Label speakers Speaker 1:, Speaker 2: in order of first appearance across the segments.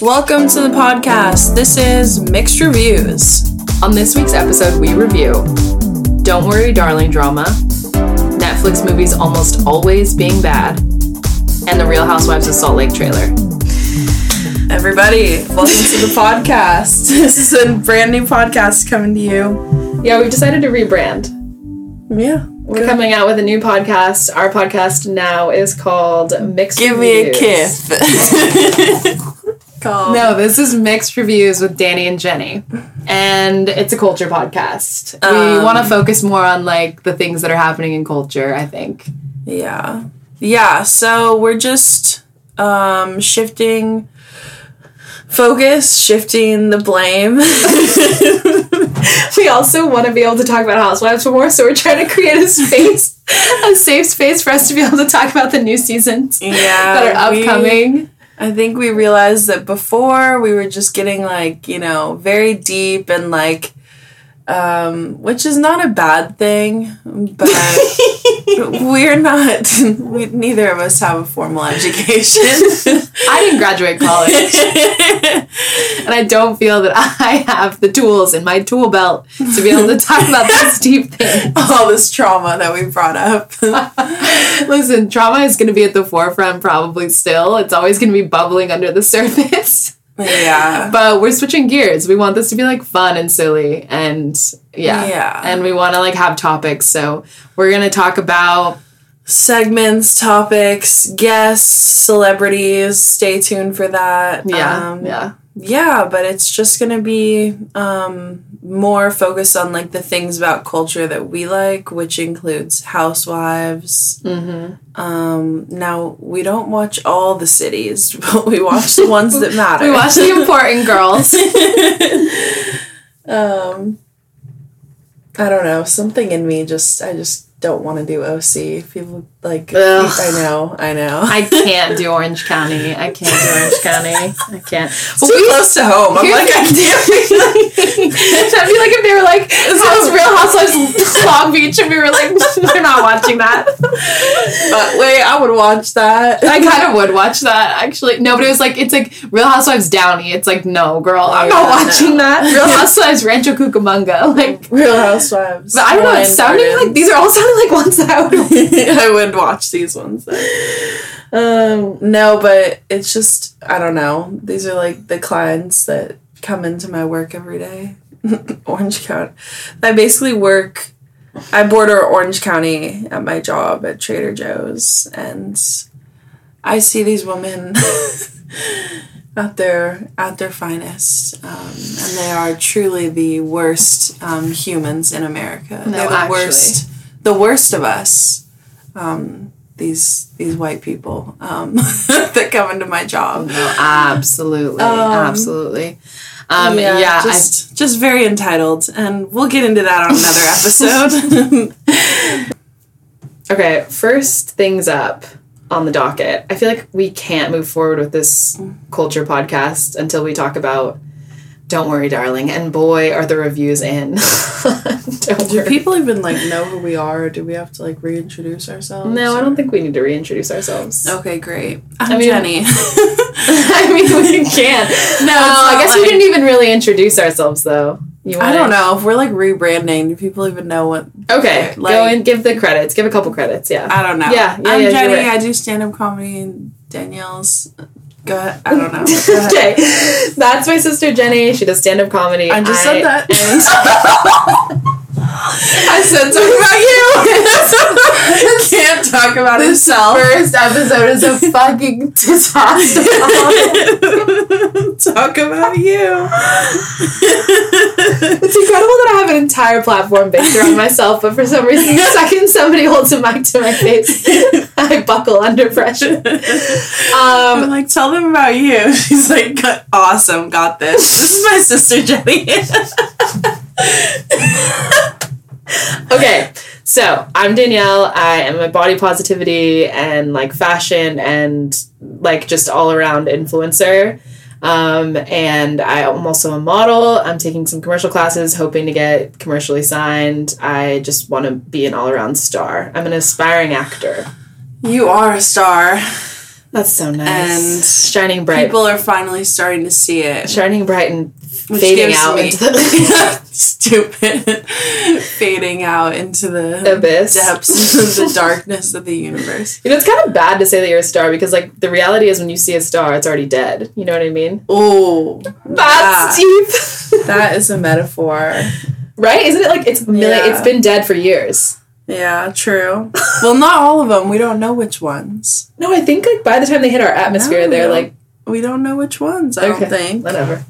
Speaker 1: Welcome to the podcast. This is Mixed Reviews.
Speaker 2: On this week's episode, we review Don't Worry, Darling drama, Netflix movies almost always being bad, and the Real Housewives of Salt Lake trailer.
Speaker 1: Everybody, welcome to the podcast. This is a brand new podcast coming to you.
Speaker 2: Yeah, we've decided to rebrand.
Speaker 1: Yeah.
Speaker 2: We're coming out with a new podcast. Our podcast now is called Mixed
Speaker 1: Give me a
Speaker 2: Reviews.
Speaker 1: kiss. Call.
Speaker 2: No, this is Mixed Reviews with Danny and Jenny. And it's a culture podcast. we
Speaker 1: Um,
Speaker 2: want to focus more on like the things that are happening in culture, I think.
Speaker 1: Yeah. Yeah, so we're just um shifting focus, shifting the blame.
Speaker 2: We also want to be able to talk about Housewives more, so we're trying to create a space, a safe space for us to be able to talk about the new seasons
Speaker 1: yeah.
Speaker 2: that are
Speaker 1: we-
Speaker 2: upcoming.
Speaker 1: I think we realized that before we were just getting like, you know, very deep and like um which is not a bad thing, but we're not we, neither of us have a formal education.
Speaker 2: I didn't graduate college, and I don't feel that I have the tools in my tool belt to be able to talk about these deep things.
Speaker 1: All this trauma that we brought up.
Speaker 2: Listen, trauma is going to be at the forefront probably still. It's always going to be bubbling under the surface.
Speaker 1: yeah.
Speaker 2: But we're switching gears. We want this to be like fun and silly and yeah.
Speaker 1: Yeah.
Speaker 2: And we want to like have topics. So we're going to talk about
Speaker 1: Segments, topics, guests, celebrities. Stay tuned for that.
Speaker 2: yeah.
Speaker 1: Um,
Speaker 2: yeah.
Speaker 1: yeah but it's just gonna be um more focused on like the things about culture that we like which includes housewives
Speaker 2: Mhm.
Speaker 1: um now we don't watch all the cities but we watch the ones that matter
Speaker 2: We watch the important girls.
Speaker 1: um i don't know something in me just i just don't want to do oc people like
Speaker 2: Ugh.
Speaker 1: i know i know
Speaker 2: I can't do Orange County. I can't do Orange County. I can't.
Speaker 1: well, we close to home i'm like i can't
Speaker 2: That'd be like if they were like, "House- Real Housewives of Long Beach, and we were like, we're not watching that.
Speaker 1: but wait i would watch that
Speaker 2: I kind of would watch that actually. No, but it was like it's like Real Housewives Downey. It's like no, girl, I'm not
Speaker 1: Yeah,
Speaker 2: watching
Speaker 1: no.
Speaker 2: that. Real Housewives Rancho Cucamonga. Like,
Speaker 1: Real Housewives.
Speaker 2: but I don't know.
Speaker 1: Hawaiian
Speaker 2: It sounded like
Speaker 1: Gardens.
Speaker 2: these are all sounding like ones that I would.
Speaker 1: I would watch these ones. then. Um, no, but it's just I don't know. These are like the clients that come into my work every day. Orange County. I basically work. I border Orange County at my job at Trader Joe's, and I see these women at their at their finest, um, and they are truly the worst um, humans in America.
Speaker 2: No,
Speaker 1: They're the
Speaker 2: actually.
Speaker 1: worst, the worst of us. Um, these these white people um, that come into my job.
Speaker 2: No, absolutely,
Speaker 1: Um,
Speaker 2: absolutely. Um, yeah, I-
Speaker 1: just just very entitled, and we'll get into that on another episode.
Speaker 2: Okay, first things up on the docket. I feel like we can't move forward with this culture podcast until we talk about Don't Worry, Darling. And boy, are the reviews in. Don't
Speaker 1: do
Speaker 2: worry.
Speaker 1: people even like know who we are? Or do we have to like reintroduce ourselves?
Speaker 2: No, I don't think we need to reintroduce ourselves.
Speaker 1: Okay, great. I'm
Speaker 2: mean-
Speaker 1: Jenny.
Speaker 2: I mean, we can't. No, I
Speaker 1: not
Speaker 2: guess we
Speaker 1: like-
Speaker 2: didn't even really introduce ourselves, though. You
Speaker 1: I don't know if we're like rebranding. Do people even know what?
Speaker 2: Okay, go
Speaker 1: Like-
Speaker 2: and give the credits. Give a couple credits, yeah.
Speaker 1: I don't know.
Speaker 2: Yeah, yeah,
Speaker 1: I'm
Speaker 2: yeah,
Speaker 1: Jenny.
Speaker 2: you're right.
Speaker 1: I do stand up comedy. and Danielle's. Go ahead. I don't know. Go ahead.
Speaker 2: okay, that's my sister Jenny. She does stand up comedy.
Speaker 1: I just said that.
Speaker 2: I said something about you.
Speaker 1: Can't talk about himself.
Speaker 2: First episode is a fucking disaster.
Speaker 1: talk about you.
Speaker 2: it's incredible that I have an entire platform based around myself, but for some reason, the second somebody holds a mic to my face, I buckle under pressure.
Speaker 1: I'm
Speaker 2: Um,
Speaker 1: like, tell them about you. She's like, "Go- awesome, got this. This is my sister Jenny.
Speaker 2: okay, so I'm Danielle. I am a body positivity and like fashion and like just all around influencer. Um, and I am also a model. I'm taking some commercial classes, hoping to get commercially signed. I just want to be an all around star. I'm an aspiring actor.
Speaker 1: you are a star.
Speaker 2: That's so nice.
Speaker 1: And
Speaker 2: shining bright,
Speaker 1: People are finally starting to see it.
Speaker 2: shining bright and
Speaker 1: Which
Speaker 2: fading
Speaker 1: gives
Speaker 2: out
Speaker 1: me-
Speaker 2: into the
Speaker 1: stupid fading out into the
Speaker 2: abyss.
Speaker 1: depths of the darkness of the universe.
Speaker 2: You know, it's kind of bad to say that you're a star because, like, the reality is when you see a star, it's already dead. You know what I mean?
Speaker 1: Oh,
Speaker 2: That's
Speaker 1: that-
Speaker 2: deep,
Speaker 1: that is a metaphor.
Speaker 2: right? Isn't it like it's mil-
Speaker 1: Yeah.
Speaker 2: it's been dead for years?
Speaker 1: Yeah, true. well, not all of them. We don't know which ones.
Speaker 2: No, I think like by the time they hit our atmosphere,
Speaker 1: No.
Speaker 2: they're like
Speaker 1: We don't know which ones. I
Speaker 2: Okay.
Speaker 1: don't think.
Speaker 2: whatever.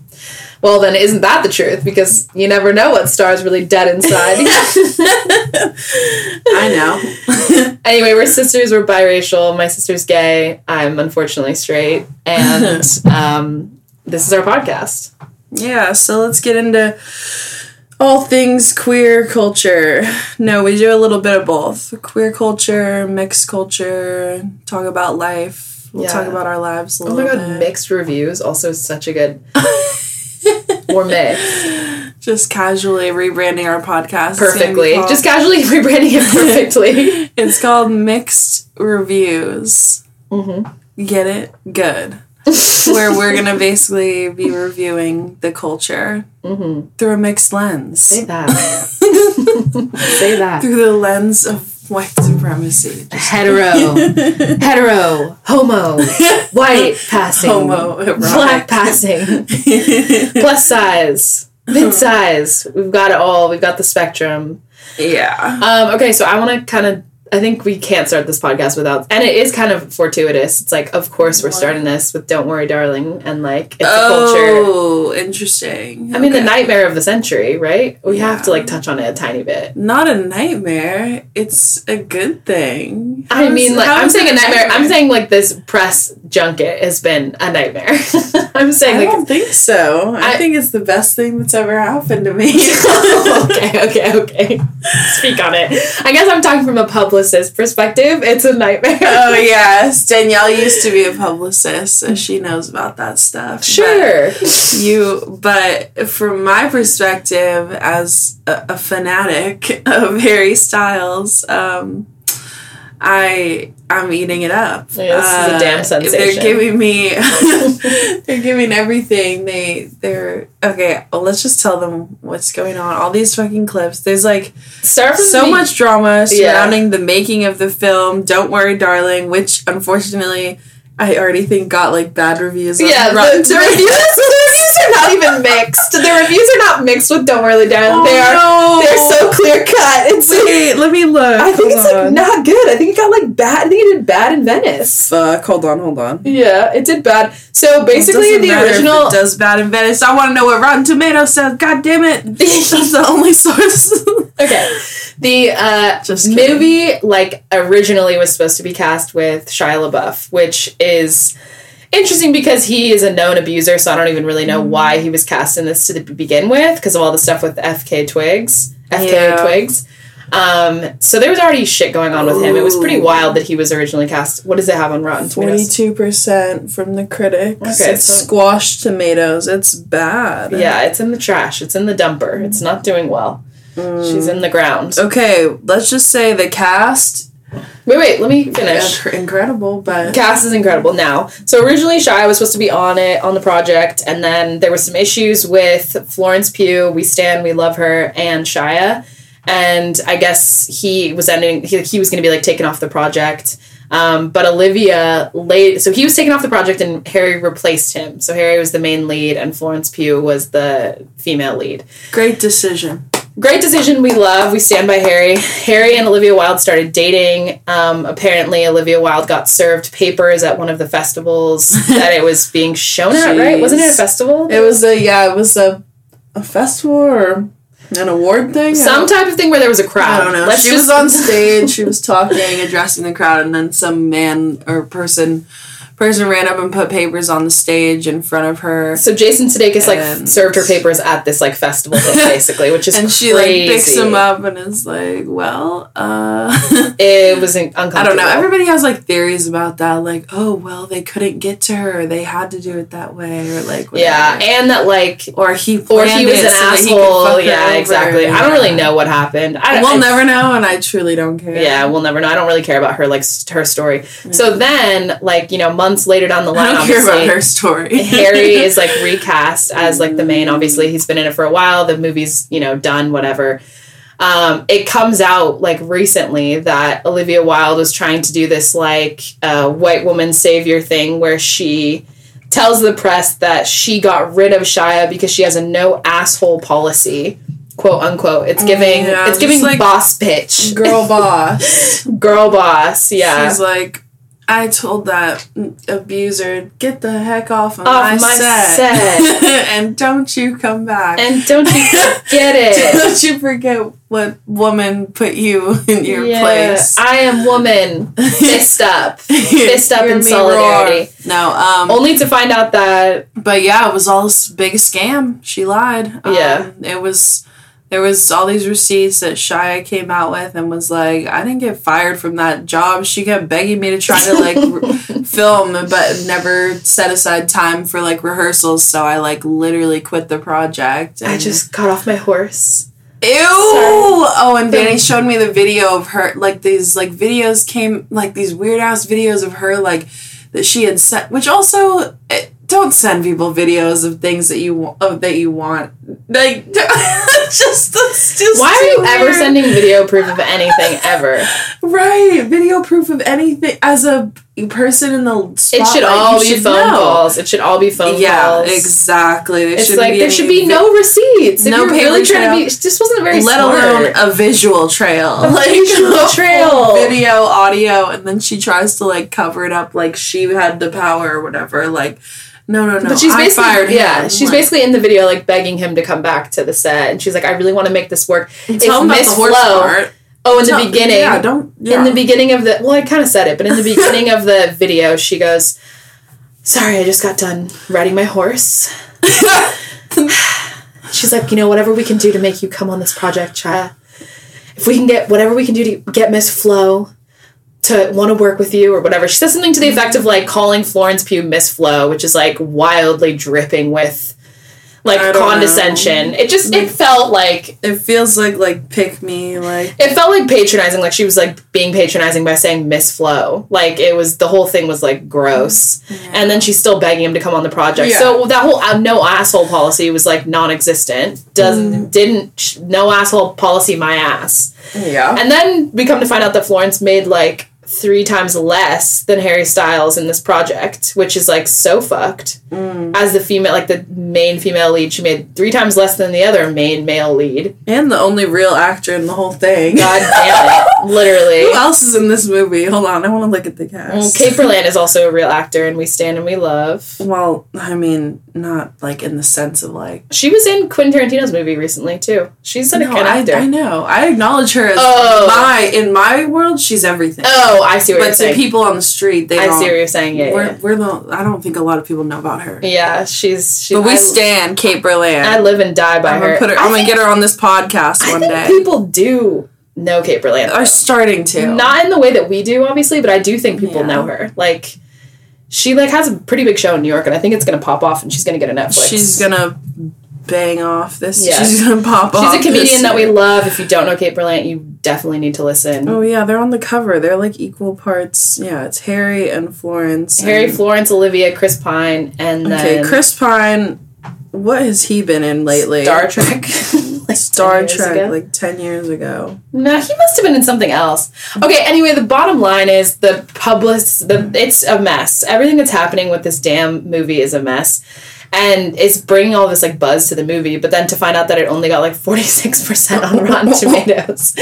Speaker 2: Well, then isn't that the truth? Because you never know what star's really dead inside.
Speaker 1: I know.
Speaker 2: anyway, we're sisters. We're biracial. My sister's gay. I'm unfortunately straight, and um, this is our podcast.
Speaker 1: yeah, so let's get into all things queer culture. No, we do a little bit of both queer culture, mixed culture, talk about life. We'll
Speaker 2: Yeah.
Speaker 1: talk about our lives a
Speaker 2: Oh
Speaker 1: little
Speaker 2: my god,
Speaker 1: bit.
Speaker 2: mixed reviews also such a good or mixed
Speaker 1: Just casually rebranding our podcast. It's gonna be
Speaker 2: perfectly.
Speaker 1: called-
Speaker 2: Just casually rebranding it perfectly.
Speaker 1: it's called Mixed Reviews. Get it? Good.
Speaker 2: Mm-hmm.
Speaker 1: where we're gonna basically be reviewing the culture
Speaker 2: Mm-hmm.
Speaker 1: through a mixed lens,
Speaker 2: say that. say that.
Speaker 1: through the lens of white supremacy,
Speaker 2: Hetero, hetero, homo, white passing,
Speaker 1: homo,
Speaker 2: black passing, plus size, mid size. We've got it all. We've got the spectrum.
Speaker 1: yeah,
Speaker 2: Um, okay, so I want to kind of. I think we can't start this podcast without, and it is kind of fortuitous. It's like, of course, we're
Speaker 1: What?
Speaker 2: starting this with "Don't Worry, Darling," and like it's a culture.
Speaker 1: oh, interesting.
Speaker 2: I mean, the
Speaker 1: Okay.
Speaker 2: nightmare of the century, right? We have to
Speaker 1: Yeah.
Speaker 2: like touch on it a tiny bit.
Speaker 1: not a nightmare. It's a good thing.
Speaker 2: I
Speaker 1: How's-
Speaker 2: mean, like
Speaker 1: how
Speaker 2: I'm
Speaker 1: is it
Speaker 2: saying a nightmare. I'm saying like this press junket has been a nightmare. I'm
Speaker 1: I
Speaker 2: saying like
Speaker 1: don't think so. I,
Speaker 2: I-
Speaker 1: think it's the best thing that's ever happened to me.
Speaker 2: okay, okay, okay. Speak on it. I guess I'm talking from a publicist perspective. It's a nightmare.
Speaker 1: oh yes, Danielle used to be a publicist, so she knows about that stuff.
Speaker 2: sure.
Speaker 1: But you, but from my perspective as a, a fanatic of Harry Styles, um, I I'm eating it up. Uh,
Speaker 2: Yeah, this is a damn sensation.
Speaker 1: They're giving me, they're giving everything. They they're okay. Well, let's just tell them what's going on. All these fucking clips. There's like
Speaker 2: Start from
Speaker 1: so
Speaker 2: the-
Speaker 1: much drama
Speaker 2: Yeah.
Speaker 1: surrounding the making of the film Don't Worry Darling, which unfortunately I already think got like bad reviews. on
Speaker 2: Yeah, the,
Speaker 1: Rotten
Speaker 2: the reviews, the reviews are not even mixed. The reviews are not mixed with "Don't Worry, Darling."
Speaker 1: Oh,
Speaker 2: they are.
Speaker 1: no.
Speaker 2: They're so clear cut. It's like,
Speaker 1: Wait, let me look.
Speaker 2: I think
Speaker 1: Hold
Speaker 2: it's like
Speaker 1: on.
Speaker 2: not good. I think it got like bad. I think it did bad in Venice.
Speaker 1: Fuck, hold on, hold on.
Speaker 2: Yeah, it did bad. So basically,
Speaker 1: Doesn't
Speaker 2: the
Speaker 1: matter if
Speaker 2: original.
Speaker 1: it does bad in Venice. I want to know what Rotten Tomatoes says. God damn it! That's the only source.
Speaker 2: Okay, the uh,
Speaker 1: Just kidding.
Speaker 2: movie like originally was supposed to be cast with Shia LaBeouf, which is interesting because he is a known abuser. So I don't even really know why he was cast in this to begin with because of all the stuff with FK Twigs, FK
Speaker 1: Yeah.
Speaker 2: Twigs. Um, so there was already shit going on with him. It was pretty
Speaker 1: Ooh.
Speaker 2: wild that he was originally cast. What does it have on Rotten Tomatoes?
Speaker 1: Forty-two percent from the critics.
Speaker 2: Okay,
Speaker 1: it's
Speaker 2: so-
Speaker 1: squashed tomatoes. It's bad.
Speaker 2: Yeah, it's in the trash. It's in the dumper. It's not doing well. She's
Speaker 1: Mm.
Speaker 2: in the ground.
Speaker 1: Okay, let's just say the cast
Speaker 2: Wait, wait, let me finish.
Speaker 1: inc- incredible, but
Speaker 2: cast is incredible now. So originally Shia was supposed to be on it on the project, and then there were some issues with Florence Pugh. We stand, we love her, and Shia. And I guess he was ending. He, he was going to be like taken off the project. Um, but Olivia late, so he was taken off the project, and Harry replaced him. So Harry was the main lead, and Florence Pugh was the female lead.
Speaker 1: great decision.
Speaker 2: Great decision. We love. We stand by Harry. Harry and Olivia Wilde started dating. Um, apparently, Olivia Wilde got served papers at one of the festivals that it was being shown at. Right?
Speaker 1: Jeez.
Speaker 2: Wasn't it a festival?
Speaker 1: It was a yeah, it was a a festival or an award thing. I
Speaker 2: some
Speaker 1: don't-
Speaker 2: type of thing where there was a crowd.
Speaker 1: I don't know.
Speaker 2: Let's
Speaker 1: she
Speaker 2: just-
Speaker 1: was on stage. She was talking, addressing the crowd, and then some man or person person ran up and put papers on the stage in front of her.
Speaker 2: So Jason Sudeikis like
Speaker 1: And-
Speaker 2: served her papers at this like festival thing, basically, which is
Speaker 1: And she
Speaker 2: crazy.
Speaker 1: like picks him up and is like, "Well, uh,
Speaker 2: It was un- uncomfortable.
Speaker 1: I don't know. Everybody has like theories about that, like, oh well, they couldn't get to her, they had to do it that way, or like,
Speaker 2: yeah,
Speaker 1: whatever.
Speaker 2: and that like.
Speaker 1: or he,
Speaker 2: Or
Speaker 1: planned
Speaker 2: he was
Speaker 1: it
Speaker 2: an
Speaker 1: so that he could fuck
Speaker 2: asshole.
Speaker 1: her
Speaker 2: Yeah,
Speaker 1: over.
Speaker 2: exactly. I don't
Speaker 1: Yeah.
Speaker 2: really know what happened. I don't,
Speaker 1: We'll
Speaker 2: it's-
Speaker 1: never know, and I truly don't care.
Speaker 2: Yeah, we'll never know. I don't really care about her like s- her story. So then, like you know, months later down the line,
Speaker 1: Mm. I don't care
Speaker 2: obviously,
Speaker 1: about her Mm. story.
Speaker 2: Harry is like recast as like the main. Obviously, he's been in it for a while. The movie's you know done. Whatever. Um, it comes out like recently that Olivia Wilde was trying to do this like uh, white woman savior thing where she tells the press that she got rid of Shia because she has a no asshole policy, quote unquote. It's giving
Speaker 1: Oh, yeah,
Speaker 2: it's giving
Speaker 1: just, like,
Speaker 2: boss pitch,
Speaker 1: girl boss.
Speaker 2: girl boss. Yeah,
Speaker 1: She's like, I told that abuser, get the heck off of
Speaker 2: Off
Speaker 1: my,
Speaker 2: my
Speaker 1: set.
Speaker 2: set.
Speaker 1: and don't you come back.
Speaker 2: and don't you get it?
Speaker 1: don't you forget what woman put you in your
Speaker 2: Yeah,
Speaker 1: place.
Speaker 2: I am woman. Fist up. fist up
Speaker 1: Hear
Speaker 2: in
Speaker 1: me
Speaker 2: solidarity. Oh.
Speaker 1: roar. No, um,
Speaker 2: Only to find out that
Speaker 1: but yeah, it was all this big scam. She lied. Um,
Speaker 2: Yeah.
Speaker 1: it was. There was all these receipts that Shia came out with and was like, I didn't get fired from that job. She kept begging me to try to like re- film, but never set aside time for like rehearsals. So I like literally quit the project.
Speaker 2: I
Speaker 1: and-
Speaker 2: just got off my horse.
Speaker 1: Ew! Oh, and Danny showed me the video of her, like these like videos came, like these weird ass videos of her, like that she had sent. Which also, eh, don't send people videos of things that you wa- of that you want. Like, just that's just
Speaker 2: Why are
Speaker 1: too
Speaker 2: you ever
Speaker 1: weird.
Speaker 2: sending video proof of anything ever?
Speaker 1: right video proof of anything as a person in the
Speaker 2: It
Speaker 1: spotlight,
Speaker 2: should all
Speaker 1: you
Speaker 2: be
Speaker 1: should
Speaker 2: phone
Speaker 1: know.
Speaker 2: calls. It should all be phone
Speaker 1: Yeah,
Speaker 2: calls.
Speaker 1: exactly. There
Speaker 2: It's
Speaker 1: shouldn't
Speaker 2: like
Speaker 1: be
Speaker 2: there
Speaker 1: any
Speaker 2: should be
Speaker 1: vi-
Speaker 2: no receipts. If
Speaker 1: no
Speaker 2: you're really
Speaker 1: paper
Speaker 2: trying to
Speaker 1: trail.
Speaker 2: be this wasn't very
Speaker 1: let
Speaker 2: smart.
Speaker 1: alone a visual trail. like
Speaker 2: visual
Speaker 1: a
Speaker 2: trail.
Speaker 1: full video, audio, and then she tries to like cover it up like she had the power or whatever. Like, no, no, no.
Speaker 2: but she's
Speaker 1: Oh, I
Speaker 2: basically
Speaker 1: fired
Speaker 2: yeah,
Speaker 1: him.
Speaker 2: she's
Speaker 1: Like,
Speaker 2: basically in the video like begging him to come back to the set, and she's like, I really want to make this work. It's
Speaker 1: tell him about
Speaker 2: Miss
Speaker 1: the horse
Speaker 2: Flo.
Speaker 1: part.
Speaker 2: Oh, in the
Speaker 1: Tell-
Speaker 2: beginning,
Speaker 1: yeah, don't. Yeah.
Speaker 2: in the beginning of the well i kind of said it but in the beginning of the video she goes sorry i just got done riding my horse she's like you know whatever we can do to make you come on this project chaya if we can get whatever we can do to get miss flo to want to work with you or whatever she says something to the effect of like calling florence pugh miss flo which is like wildly dripping with
Speaker 1: I
Speaker 2: like
Speaker 1: don't know. Mm.
Speaker 2: condescension it just it felt like
Speaker 1: it feels like like pick me like.
Speaker 2: it felt like patronizing like she was like being patronizing by saying miss flo like it was the whole thing was like gross and then she's still begging him to come on the project
Speaker 1: Yeah.
Speaker 2: so that whole uh, no asshole policy was like non-existent doesn't didn't sh- no asshole policy my ass
Speaker 1: Yeah.
Speaker 2: and then we come to find out that florence made like three times less than harry styles in this project which is like so fucked
Speaker 1: Mm.
Speaker 2: as the female like the main female lead she made three times less than the other main male lead
Speaker 1: And the only real actor in the whole thing.
Speaker 2: god damn it literally
Speaker 1: Who else is in this movie? Hold on, I want to look at the cast.
Speaker 2: Caperland is also a real actor, and we stand and we love.
Speaker 1: Well, I mean, not like in the sense of like.
Speaker 2: She was in Quentin Tarantino's movie recently too. She's an
Speaker 1: No, I,
Speaker 2: actor.
Speaker 1: I know. I acknowledge her as
Speaker 2: Oh.
Speaker 1: my in my world. She's everything.
Speaker 2: oh, I see what you're
Speaker 1: but to
Speaker 2: saying.
Speaker 1: people on the street, they
Speaker 2: I
Speaker 1: don't.
Speaker 2: see what you're saying. Yeah,
Speaker 1: We're, we're the. I don't think a lot of people know about her.
Speaker 2: yeah. yeah she's she.
Speaker 1: But we
Speaker 2: I,
Speaker 1: stand Kate Berland.
Speaker 2: I live and die by
Speaker 1: I'm
Speaker 2: her.
Speaker 1: gonna put her.
Speaker 2: I
Speaker 1: I'm gonna
Speaker 2: think-
Speaker 1: get her on this podcast
Speaker 2: I
Speaker 1: one
Speaker 2: think
Speaker 1: day.
Speaker 2: people do know Caperland.
Speaker 1: are starting to.
Speaker 2: Not in the way that we do, obviously, but I do think people
Speaker 1: Yeah.
Speaker 2: know her. Like, she like has a pretty big show in New York, and I think it's gonna pop off, and she's gonna get a Netflix.
Speaker 1: she's gonna bang off this.
Speaker 2: Yeah.
Speaker 1: She's gonna pop
Speaker 2: She's
Speaker 1: off.
Speaker 2: a
Speaker 1: this
Speaker 2: comedian that we
Speaker 1: year.
Speaker 2: love. If you don't know Kate Berlant, you definitely need to listen.
Speaker 1: Oh yeah, they're on the cover. They're like equal parts. Yeah, it's Harry and Florence.
Speaker 2: Harry,
Speaker 1: and-
Speaker 2: Florence, Olivia, Chris Pine, and
Speaker 1: Okay,
Speaker 2: then
Speaker 1: Chris Pine. What has he been in lately?
Speaker 2: Star Trek. Like
Speaker 1: Star
Speaker 2: 10 years
Speaker 1: Trek,
Speaker 2: ago.
Speaker 1: like ten years ago.
Speaker 2: no, he must have been in something else. Okay. Anyway, the bottom line is the public. The it's a mess. Everything that's happening with this damn movie is a mess, and it's bringing all this like buzz to the movie. But then to find out that it only got like forty six percent on Rotten Tomatoes.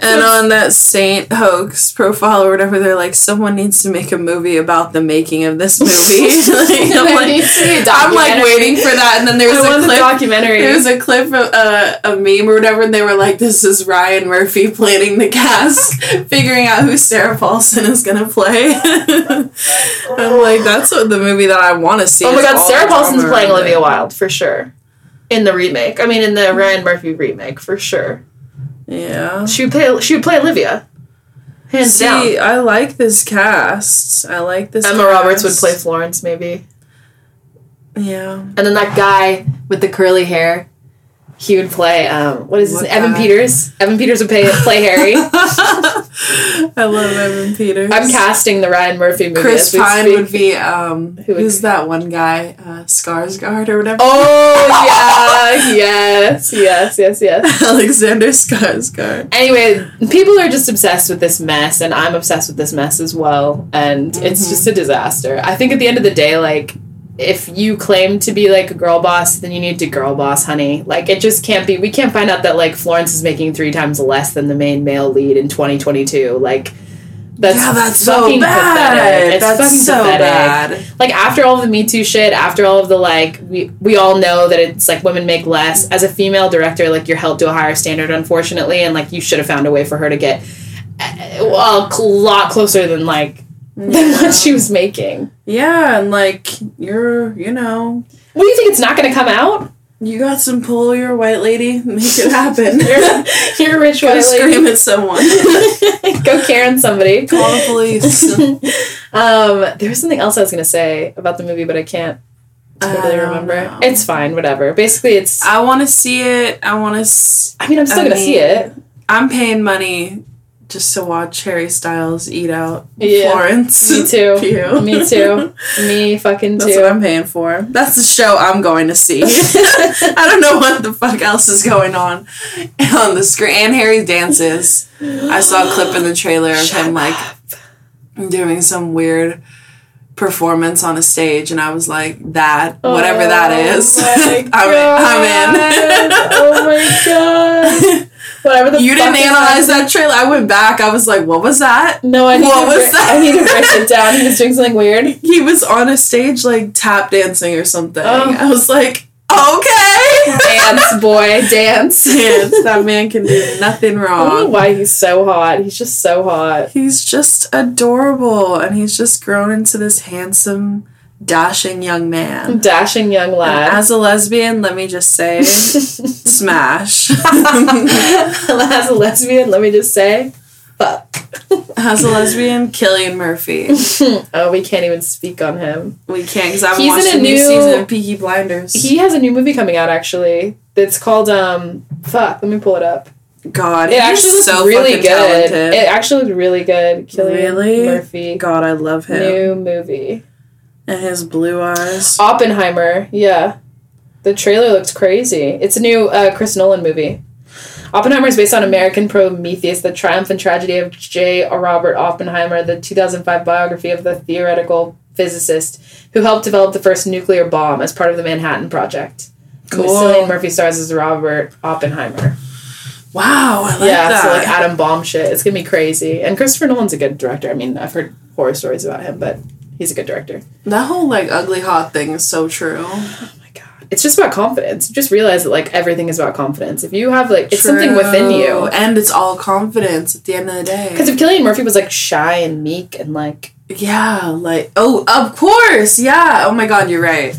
Speaker 1: And on that Saint hoax profile or whatever, they're like, someone needs to make a movie about the making of this movie. like, I'm,
Speaker 2: There
Speaker 1: like,
Speaker 2: needs to be a
Speaker 1: I'm like
Speaker 2: documentary.
Speaker 1: waiting for that, and then there was
Speaker 2: I
Speaker 1: a
Speaker 2: want the
Speaker 1: clip.
Speaker 2: documentary.
Speaker 1: there was a clip of uh, a meme or whatever, and they were like, "This is Ryan Murphy planning the cast, figuring out who Sarah Paulson is gonna play." I'm like, "That's what the movie that I want to see."
Speaker 2: Oh my
Speaker 1: is
Speaker 2: god,
Speaker 1: all
Speaker 2: Sarah
Speaker 1: drama
Speaker 2: Paulson's playing
Speaker 1: around
Speaker 2: Olivia
Speaker 1: it.
Speaker 2: Wilde for sure. In the remake. I mean in the Ryan Murphy remake for sure.
Speaker 1: Yeah.
Speaker 2: She would play she would play Olivia. Hands
Speaker 1: See,
Speaker 2: down.
Speaker 1: I like this cast. I like this.
Speaker 2: Emma Roberts would
Speaker 1: cast.
Speaker 2: play Florence maybe.
Speaker 1: Yeah.
Speaker 2: And then that guy with the curly hair, he would play um what is his
Speaker 1: What
Speaker 2: name? Evan
Speaker 1: guy?
Speaker 2: Peters. Evan Peters would play play Harry.
Speaker 1: I love Evan Peters.
Speaker 2: I'm casting the Ryan Murphy movie.
Speaker 1: Chris
Speaker 2: as we
Speaker 1: Pine
Speaker 2: speak.
Speaker 1: would be um
Speaker 2: Who would-
Speaker 1: who's that one guy? Uh Skarsgård or whatever.
Speaker 2: Oh yeah, yes, yes, yes, yes.
Speaker 1: Alexander Skarsgård.
Speaker 2: Anyway, people are just obsessed with this mess, and I'm obsessed with this mess as well, and it's
Speaker 1: Mhm.
Speaker 2: just a disaster. I think at the end of the day, like, if you claim to be like a girl boss, then you need to girl boss, honey. Like, it just can't be. We can't find out that like Florence is making three times less than the main male lead in 2022. Like, that's
Speaker 1: yeah, that's so
Speaker 2: fucking
Speaker 1: bad.
Speaker 2: pathetic. It's fucking
Speaker 1: that's so
Speaker 2: pathetic
Speaker 1: bad.
Speaker 2: like after all of the Me Too shit, after all of the like, we we all know that it's like women make less. As a female director, like you're held to a higher standard, unfortunately, and like you should have found a way for her to get uh, well, a lot closer than like than
Speaker 1: Yeah.
Speaker 2: what she was making.
Speaker 1: yeah, and like you're, you know,
Speaker 2: What do you think? It's not going to come out.
Speaker 1: you got some pull, you're a white lady. Make it happen.
Speaker 2: You're, you're a rich
Speaker 1: Go
Speaker 2: white lady.
Speaker 1: scream at someone.
Speaker 2: Go Karen somebody.
Speaker 1: Call the police.
Speaker 2: um, there was something else I was going to say about the movie, but I can't totally
Speaker 1: I don't
Speaker 2: remember.
Speaker 1: know.
Speaker 2: It's fine, whatever. Basically, it's.
Speaker 1: I want to see it. I want to. S-
Speaker 2: I mean, I'm still
Speaker 1: I
Speaker 2: going to
Speaker 1: mean,
Speaker 2: see it.
Speaker 1: I'm paying money just to watch Harry Styles eat out
Speaker 2: Yeah.
Speaker 1: Florence.
Speaker 2: Me too.
Speaker 1: Pew.
Speaker 2: Me too. Me fucking
Speaker 1: That's
Speaker 2: too.
Speaker 1: what I'm paying for. That's the show I'm going to see. I don't know what the fuck else is going on on the screen. And Harry dances. I saw a clip in the trailer of
Speaker 2: Shut
Speaker 1: him like doing some weird performance on a stage, and I was like, "That, whatever that is,
Speaker 2: Oh my
Speaker 1: I'm in. I'm in."
Speaker 2: God. oh my god. Whatever the
Speaker 1: you
Speaker 2: fuck
Speaker 1: didn't
Speaker 2: is
Speaker 1: analyze that trailer. I went back. I was like, "What was that?"
Speaker 2: No, I need
Speaker 1: What
Speaker 2: to
Speaker 1: was
Speaker 2: wri-
Speaker 1: that?
Speaker 2: I need to write it down. He was doing something weird.
Speaker 1: He was on a stage like tap dancing or something.
Speaker 2: Oh.
Speaker 1: I was like, "Okay."
Speaker 2: Dance boy, dance.
Speaker 1: Yes, that man can do nothing
Speaker 2: I don't know
Speaker 1: wrong.
Speaker 2: why he's so hot. He's just so hot.
Speaker 1: He's just adorable, and he's just grown into this handsome, dashing young man.
Speaker 2: Dashing young
Speaker 1: And
Speaker 2: lad.
Speaker 1: As a lesbian, let me just say, smash.
Speaker 2: As a lesbian, let me just say, fuck.
Speaker 1: As a lesbian, Killian Murphy.
Speaker 2: oh, we can't even speak on him.
Speaker 1: We can't because I haven't
Speaker 2: He's
Speaker 1: watched
Speaker 2: in
Speaker 1: the
Speaker 2: a
Speaker 1: new,
Speaker 2: new-
Speaker 1: season of Peaky Blinders.
Speaker 2: He has a new movie coming out actually. That's called um fuck. Let me pull it up.
Speaker 1: God, he's
Speaker 2: It actually looks
Speaker 1: so
Speaker 2: really
Speaker 1: fucking
Speaker 2: good.
Speaker 1: talented.
Speaker 2: It actually looked really good. Killian
Speaker 1: Really?
Speaker 2: Murphy.
Speaker 1: God, I love him
Speaker 2: New movie.
Speaker 1: and his blue
Speaker 2: Uh,
Speaker 1: eyes.
Speaker 2: Oppenheimer. Yeah. The trailer looked crazy. It's a new uh, Chris Nolan movie. Oppenheimer is based on American Prometheus, the triumph and tragedy of J. Robert Oppenheimer, the 2005 biography of the theoretical physicist who helped develop the first nuclear bomb as part of the Manhattan Project.
Speaker 1: Cool.
Speaker 2: Cillian Murphy stars as Robert Oppenheimer.
Speaker 1: Wow, I like
Speaker 2: yeah,
Speaker 1: that.
Speaker 2: so like Adam Bomb shit. It's gonna be crazy. And Christopher Nolan's a good director. I mean, I've heard horror stories about him, but he's a good director.
Speaker 1: that whole like ugly hot thing is so true.
Speaker 2: Oh my god, it's just about confidence. You just realize that like everything is about confidence. If you have like it's something within
Speaker 1: True.
Speaker 2: you.
Speaker 1: and it's all confidence at the end of the day.
Speaker 2: Because if Killian Murphy was like shy and meek and like
Speaker 1: yeah, like oh, of course, yeah. Oh my God, you're right.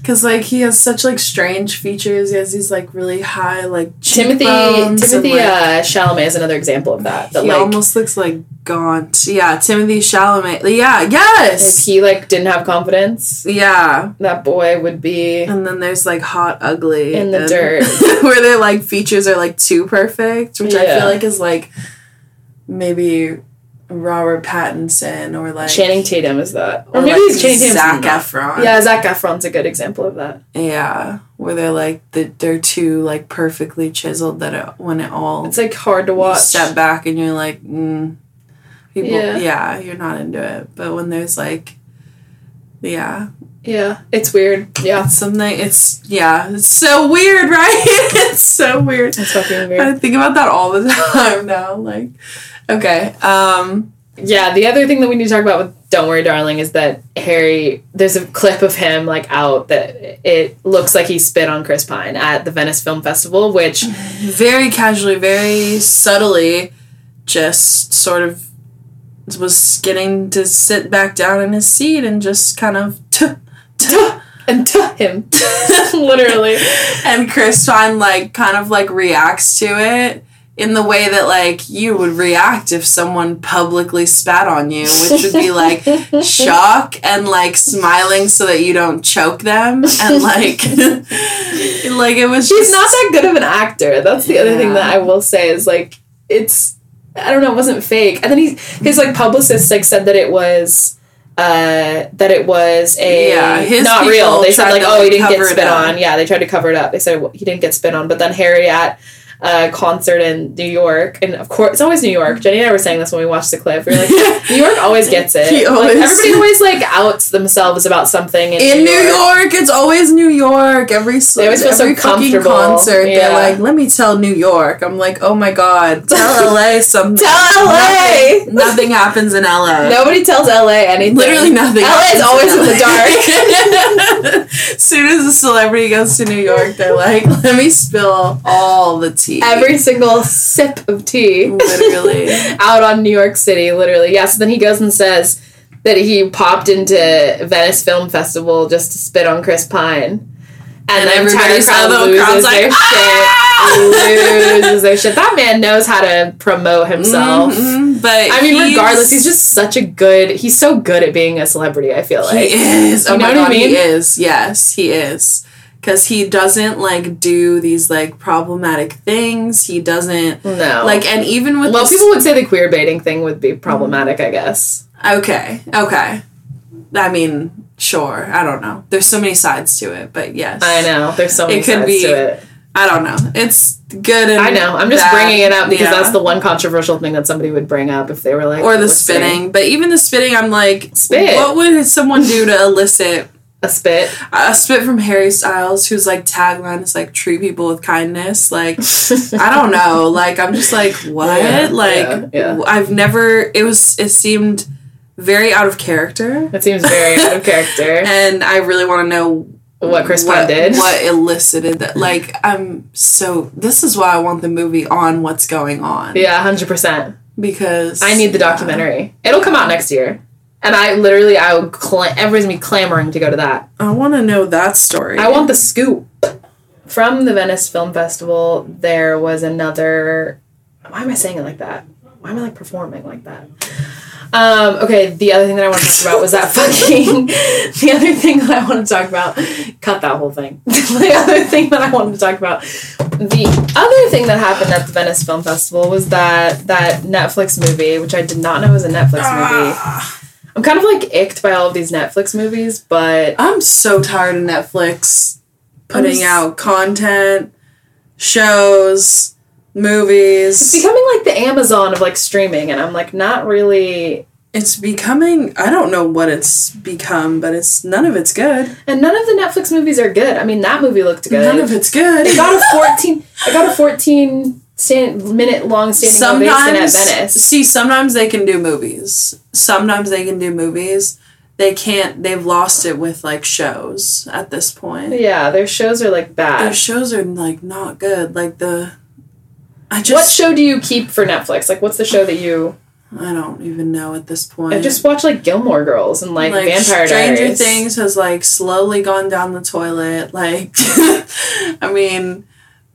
Speaker 1: Because like he has such like strange features. He has these like really high like
Speaker 2: Timothy
Speaker 1: cheekbones and,
Speaker 2: Timothy
Speaker 1: like,
Speaker 2: uh, Chalamet is another example of that. That
Speaker 1: he
Speaker 2: like
Speaker 1: almost looks like gaunt. Yeah, Timothy Chalamet. Yeah,
Speaker 2: if
Speaker 1: yes.
Speaker 2: he like didn't have confidence,
Speaker 1: yeah,
Speaker 2: that boy would be
Speaker 1: and then there's like hot ugly
Speaker 2: In the
Speaker 1: and-
Speaker 2: dirt.
Speaker 1: where their like features are like too perfect, which I
Speaker 2: Yeah.
Speaker 1: feel like is like maybe Robert Pattinson or like
Speaker 2: Channing Tatum is that. Or,
Speaker 1: or
Speaker 2: maybe
Speaker 1: like
Speaker 2: he's Channing Tatum's
Speaker 1: Zac
Speaker 2: not.
Speaker 1: Efron.
Speaker 2: Yeah, Zac Efron's a good example of that.
Speaker 1: Yeah, where they're like the, they're too like perfectly chiseled that it, when it all
Speaker 2: It's like hard to
Speaker 1: you
Speaker 2: watch.
Speaker 1: step back and you're like, mm, people,
Speaker 2: Yeah.
Speaker 1: yeah. you're not into it. But when there's like, yeah,
Speaker 2: Yeah, it's weird. Yeah,
Speaker 1: it's something. It's yeah, it's so weird, right? it's so weird.
Speaker 2: it's fucking
Speaker 1: I
Speaker 2: weird.
Speaker 1: think about that all the time now. Like, okay, um,
Speaker 2: Yeah, the other thing that we need to talk about with "Don't Worry, Darling" is that Harry. There's a clip of him like out that it looks like he spit on Chris Pine at the Venice Film Festival, which
Speaker 1: very casually, very subtly, just sort of was getting to sit back down in his seat and just kind of. Tuh, tuh.
Speaker 2: and t- him literally.
Speaker 1: and Chris Pine like kind of like reacts to it in the way that like you would react if someone publicly spat on you, which would be like shock and like smiling so that you don't choke them and like like it was
Speaker 2: She's
Speaker 1: just
Speaker 2: not that good of an actor. That's the other thing
Speaker 1: Yeah.
Speaker 2: that I will say is like it's I don't know, it wasn't fake. And then he his like publicist like said that it was uh that it was a
Speaker 1: Yeah, his
Speaker 2: not real.
Speaker 1: people
Speaker 2: They said
Speaker 1: tried
Speaker 2: like,
Speaker 1: to,
Speaker 2: oh,
Speaker 1: like,
Speaker 2: he didn't get
Speaker 1: cover it
Speaker 2: spit
Speaker 1: up.
Speaker 2: on. Yeah, they tried to cover it up. They said he didn't get spit on. But then Harry at a concert in New York, and of course it's always New York. Jenny and I were saying this when we watched the clip. We were like, New York always gets it.
Speaker 1: He
Speaker 2: Like,
Speaker 1: always-
Speaker 2: everybody always like outs themselves about something in,
Speaker 1: in New York, it's always New York. Every sl-
Speaker 2: They always feel so
Speaker 1: every fucking
Speaker 2: comfortable.
Speaker 1: concert,
Speaker 2: Yeah.
Speaker 1: they're like, "Let me tell New York." I'm like, "Oh my god, tell LA something."
Speaker 2: Tell LA.
Speaker 1: Nothing, nothing happens in LA.
Speaker 2: Nobody tells LA anything.
Speaker 1: Literally nothing.
Speaker 2: LA
Speaker 1: happens
Speaker 2: is always in the
Speaker 1: dark. As soon as a celebrity goes to New York, they're like, "Let me spill all the tea."
Speaker 2: Every single sip of tea.
Speaker 1: Literally.
Speaker 2: out on New York City, literally. Yeah, so then he goes and says that he popped into Venice Film Festival just to spit on Chris Pine.
Speaker 1: And
Speaker 2: And, the
Speaker 1: everybody
Speaker 2: entire
Speaker 1: saw
Speaker 2: crowd
Speaker 1: the
Speaker 2: loses
Speaker 1: crowd's
Speaker 2: their
Speaker 1: like, "Ah!"
Speaker 2: shit. loses their shit. That man knows how to promote himself.
Speaker 1: Mhm, but
Speaker 2: I mean,
Speaker 1: he's-
Speaker 2: regardless, he's just such a good. He's so good at being a celebrity. I feel like
Speaker 1: he is. Oh
Speaker 2: You know
Speaker 1: my
Speaker 2: what I
Speaker 1: god,
Speaker 2: mean?
Speaker 1: he is. Yes, he is. Because he doesn't like do these like problematic things. He doesn't
Speaker 2: no,
Speaker 1: like, and even with
Speaker 2: Oh. well,
Speaker 1: the-
Speaker 2: people would say the queer baiting thing would be problematic. I guess.
Speaker 1: Okay, okay. I mean, sure. I don't know. There's so many sides to it, but yes,
Speaker 2: I know. There's so many
Speaker 1: It could
Speaker 2: sides
Speaker 1: be-
Speaker 2: to it.
Speaker 1: I don't know. It's good. And
Speaker 2: I know. I'm just
Speaker 1: bad.
Speaker 2: bringing it up because
Speaker 1: Yeah.
Speaker 2: that's the one controversial thing that somebody would bring up if they were like,
Speaker 1: or the
Speaker 2: listening.
Speaker 1: spitting. But even the spitting, I'm like,
Speaker 2: Spit.
Speaker 1: What would someone do to elicit
Speaker 2: a spit.
Speaker 1: a spit from Harry Styles, whose like tagline is like "treat people with kindness"? Like, I don't know. Like, I'm just like, what?
Speaker 2: Yeah,
Speaker 1: like,
Speaker 2: yeah, yeah.
Speaker 1: I've never. It was. It seemed very out of character,
Speaker 2: That seems very out of character.
Speaker 1: and I really want to know
Speaker 2: What Chris Pine did.
Speaker 1: What elicited that? Like, I'm so. This is why I want the movie on what's going on.
Speaker 2: Yeah, hundred percent.
Speaker 1: Because
Speaker 2: I need the
Speaker 1: yeah.
Speaker 2: documentary. It'll come out next year. And I literally, I would cla everybody's gonna be clamoring to go to that.
Speaker 1: I want to know that story.
Speaker 2: I want the scoop. From the Venice Film Festival, there was another. Why am I saying it like that? Why am I like performing like that? Um, okay, the other thing that I want to talk about was that fucking. the other thing that I want to talk about. Cut that whole thing. the other thing that I wanted to talk about. The other thing that happened at the Venice Film Festival was that that Netflix movie, which I did not know was a Netflix movie.
Speaker 1: Ah,
Speaker 2: I'm kind of like icked by all of these Netflix movies, but
Speaker 1: I'm so tired of Netflix
Speaker 2: I'm
Speaker 1: putting
Speaker 2: s-
Speaker 1: out content, shows, movies.
Speaker 2: It's becoming like the Amazon of like streaming, and I'm like not really,
Speaker 1: it's becoming. I don't know what it's become, but it's none of it's good.
Speaker 2: and none of the Netflix movies are good. I mean, that movie looked good.
Speaker 1: None of it's good.
Speaker 2: I got a fourteen. I got a fourteen stand, minute long standing ovation at
Speaker 1: sometimes
Speaker 2: Venice.
Speaker 1: see sometimes they can do movies sometimes they can do movies they can't they've lost it with like shows at this point
Speaker 2: Yeah, their shows are like
Speaker 1: their
Speaker 2: bad.
Speaker 1: shows are like not good like the i
Speaker 2: What
Speaker 1: just
Speaker 2: show do you keep for Netflix? Like, what's the show that you?
Speaker 1: i don't even know at this point
Speaker 2: I just watch like Gilmore Girls and like, Vampire
Speaker 1: stranger
Speaker 2: Diaries.
Speaker 1: things has like slowly gone down the toilet like i mean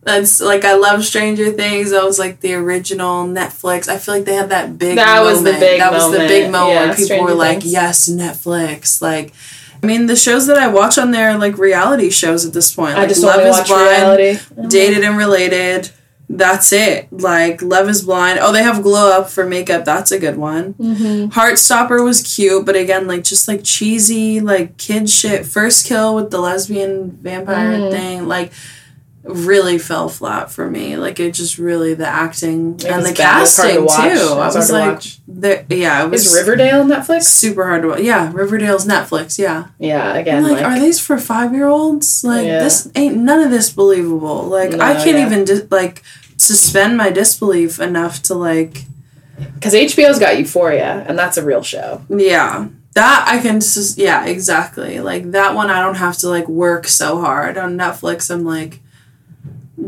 Speaker 1: that's like I love Stranger Things. That was like the original Netflix. I feel like they had that big.
Speaker 2: That
Speaker 1: moment.
Speaker 2: was the big
Speaker 1: That was the big
Speaker 2: moment.
Speaker 1: moment
Speaker 2: Yeah,
Speaker 1: where people
Speaker 2: Stranger
Speaker 1: were like,
Speaker 2: Things.
Speaker 1: "Yes, Netflix." Like, I mean, the shows that I watch on there are like reality shows at this point.
Speaker 2: I
Speaker 1: Like,
Speaker 2: just want to watch reality.
Speaker 1: Dated and Related. That's it. Like Love is Blind. Oh, they have Glow Up for makeup. That's a good one.
Speaker 2: Mhm.
Speaker 1: Heartstopper was cute, but again, like just like cheesy, like kid shit. First kill with the lesbian vampire
Speaker 2: Mhm.
Speaker 1: thing, like really fell flat for me. Like it just really the acting
Speaker 2: It
Speaker 1: and
Speaker 2: was
Speaker 1: the
Speaker 2: bad. It was hard
Speaker 1: casting
Speaker 2: to watch.
Speaker 1: too.
Speaker 2: It was
Speaker 1: I
Speaker 2: hard
Speaker 1: was
Speaker 2: to
Speaker 1: like,
Speaker 2: watch.
Speaker 1: there, yeah, it was
Speaker 2: Is Riverdale on Netflix?
Speaker 1: super hard to watch. Yeah, Riverdale's Netflix. Yeah,
Speaker 2: Yeah,
Speaker 1: I'm
Speaker 2: again,
Speaker 1: like,
Speaker 2: like,
Speaker 1: are these for five year olds? Like
Speaker 2: Yeah.
Speaker 1: this ain't none of this believable. Like I
Speaker 2: No,
Speaker 1: can't
Speaker 2: yeah.
Speaker 1: even dis like suspend my disbelief enough to like
Speaker 2: because HBO's got Euphoria, and that's a real show.
Speaker 1: Yeah. That I can just yeah, exactly. Like that one I don't have to like work so hard. On Netflix I'm like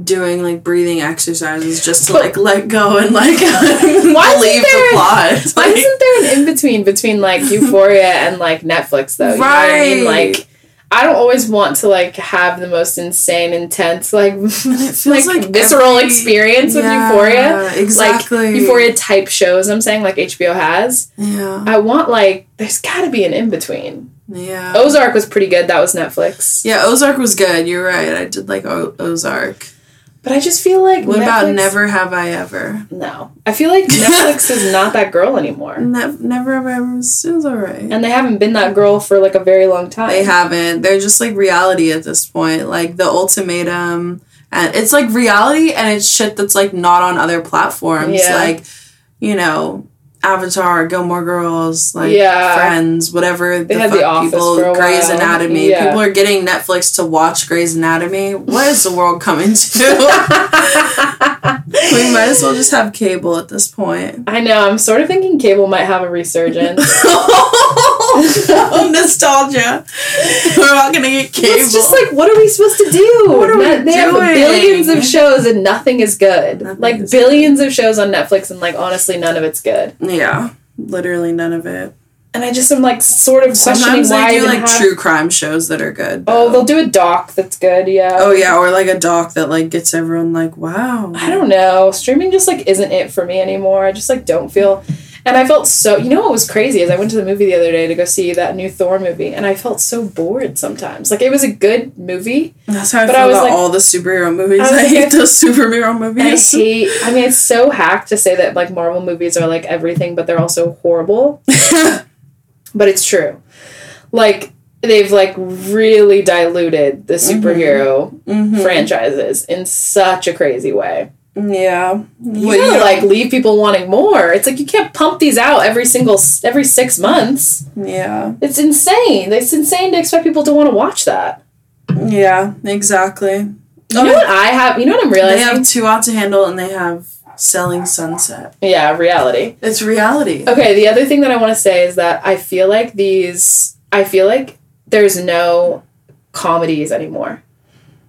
Speaker 1: doing like breathing exercises just to
Speaker 2: But-
Speaker 1: like let go and like
Speaker 2: Why isn't
Speaker 1: leave the
Speaker 2: there-
Speaker 1: plot.
Speaker 2: Why
Speaker 1: Like,
Speaker 2: isn't there an in between between like Euphoria and like Netflix though? You Know what I mean?
Speaker 1: Right.
Speaker 2: Like, I don't always want to like have the most insane, intense, like
Speaker 1: feels
Speaker 2: like,
Speaker 1: like
Speaker 2: visceral
Speaker 1: every-
Speaker 2: experience with
Speaker 1: Yeah,
Speaker 2: Euphoria.
Speaker 1: Exactly.
Speaker 2: Like Euphoria type shows. I'm saying like HBO has.
Speaker 1: Yeah.
Speaker 2: I want like there's got to be an in between.
Speaker 1: Yeah.
Speaker 2: Oh. Ozark was pretty good. That was Netflix.
Speaker 1: yeah, Ozark was good. You're right. I did like o- Ozark.
Speaker 2: But I just feel like
Speaker 1: What about
Speaker 2: Netflix-
Speaker 1: Never Have I Ever?
Speaker 2: No, I feel like Netflix is not that girl anymore,
Speaker 1: Ne- Never Have I Ever was, it was alright.
Speaker 2: and they haven't been that girl for like a very long time.
Speaker 1: They haven't. They're just like reality at this point. Like the ultimatum and it's like reality and it's shit that's like not on other platforms.
Speaker 2: Yeah.
Speaker 1: Like, you know, Avatar, Gilmore Girls, like
Speaker 2: Yeah.
Speaker 1: Friends, whatever
Speaker 2: They had The Office for a
Speaker 1: Grey's
Speaker 2: while.
Speaker 1: Anatomy.
Speaker 2: Yeah.
Speaker 1: People are getting Netflix to watch Grey's Anatomy. What is the world coming to? we might as well just have cable at this point.
Speaker 2: I know. I'm sort of thinking cable might have a resurgence.
Speaker 1: nostalgia. We're all gonna get cable.
Speaker 2: It's just like, what are we supposed to do?
Speaker 1: What are we
Speaker 2: Not- they have
Speaker 1: doing?
Speaker 2: billions of shows and nothing is good.
Speaker 1: Nothing
Speaker 2: like
Speaker 1: is
Speaker 2: billions of shows on Netflix and like honestly, none of it's good.
Speaker 1: Yeah, literally none of it.
Speaker 2: And I just am like sort of questioning
Speaker 1: Sometimes
Speaker 2: why
Speaker 1: they do
Speaker 2: even
Speaker 1: like
Speaker 2: have-
Speaker 1: true crime shows that are good.
Speaker 2: Oh,
Speaker 1: though.
Speaker 2: they'll do a doc that's good. Yeah.
Speaker 1: oh yeah, or like a doc that like gets everyone like wow.
Speaker 2: I don't know. Streaming just like isn't it for me anymore. I just like don't feel. And I felt so. You know what was crazy is I went to the movie the other day to go see that new Thor movie, and I felt so bored sometimes. Like it was a good movie.
Speaker 1: That's how I
Speaker 2: But
Speaker 1: feel
Speaker 2: I was
Speaker 1: about
Speaker 2: like-
Speaker 1: all the superhero movies.
Speaker 2: I was
Speaker 1: I,
Speaker 2: like-
Speaker 1: hate those superhero
Speaker 2: And I
Speaker 1: movies.
Speaker 2: hate. I mean, it's so hacked to say that like Marvel movies are like everything, but they're also horrible. But it's true. Like they've like really diluted the superhero
Speaker 1: Mhm.
Speaker 2: franchises in such a crazy way.
Speaker 1: Yeah.
Speaker 2: You
Speaker 1: Well,
Speaker 2: gotta like leave people wanting more. It's like you can't pump these out every single s- every six months.
Speaker 1: Yeah.
Speaker 2: It's insane. It's insane to expect people to want to watch that.
Speaker 1: Yeah. Exactly.
Speaker 2: You know what I have? You know what I'm
Speaker 1: they
Speaker 2: realizing?
Speaker 1: have Two Out to Handle and they have Selling Sunset.
Speaker 2: yeah, reality.
Speaker 1: It's reality.
Speaker 2: Okay, the other thing that I want to say is that I feel like these I feel like there's no comedies anymore.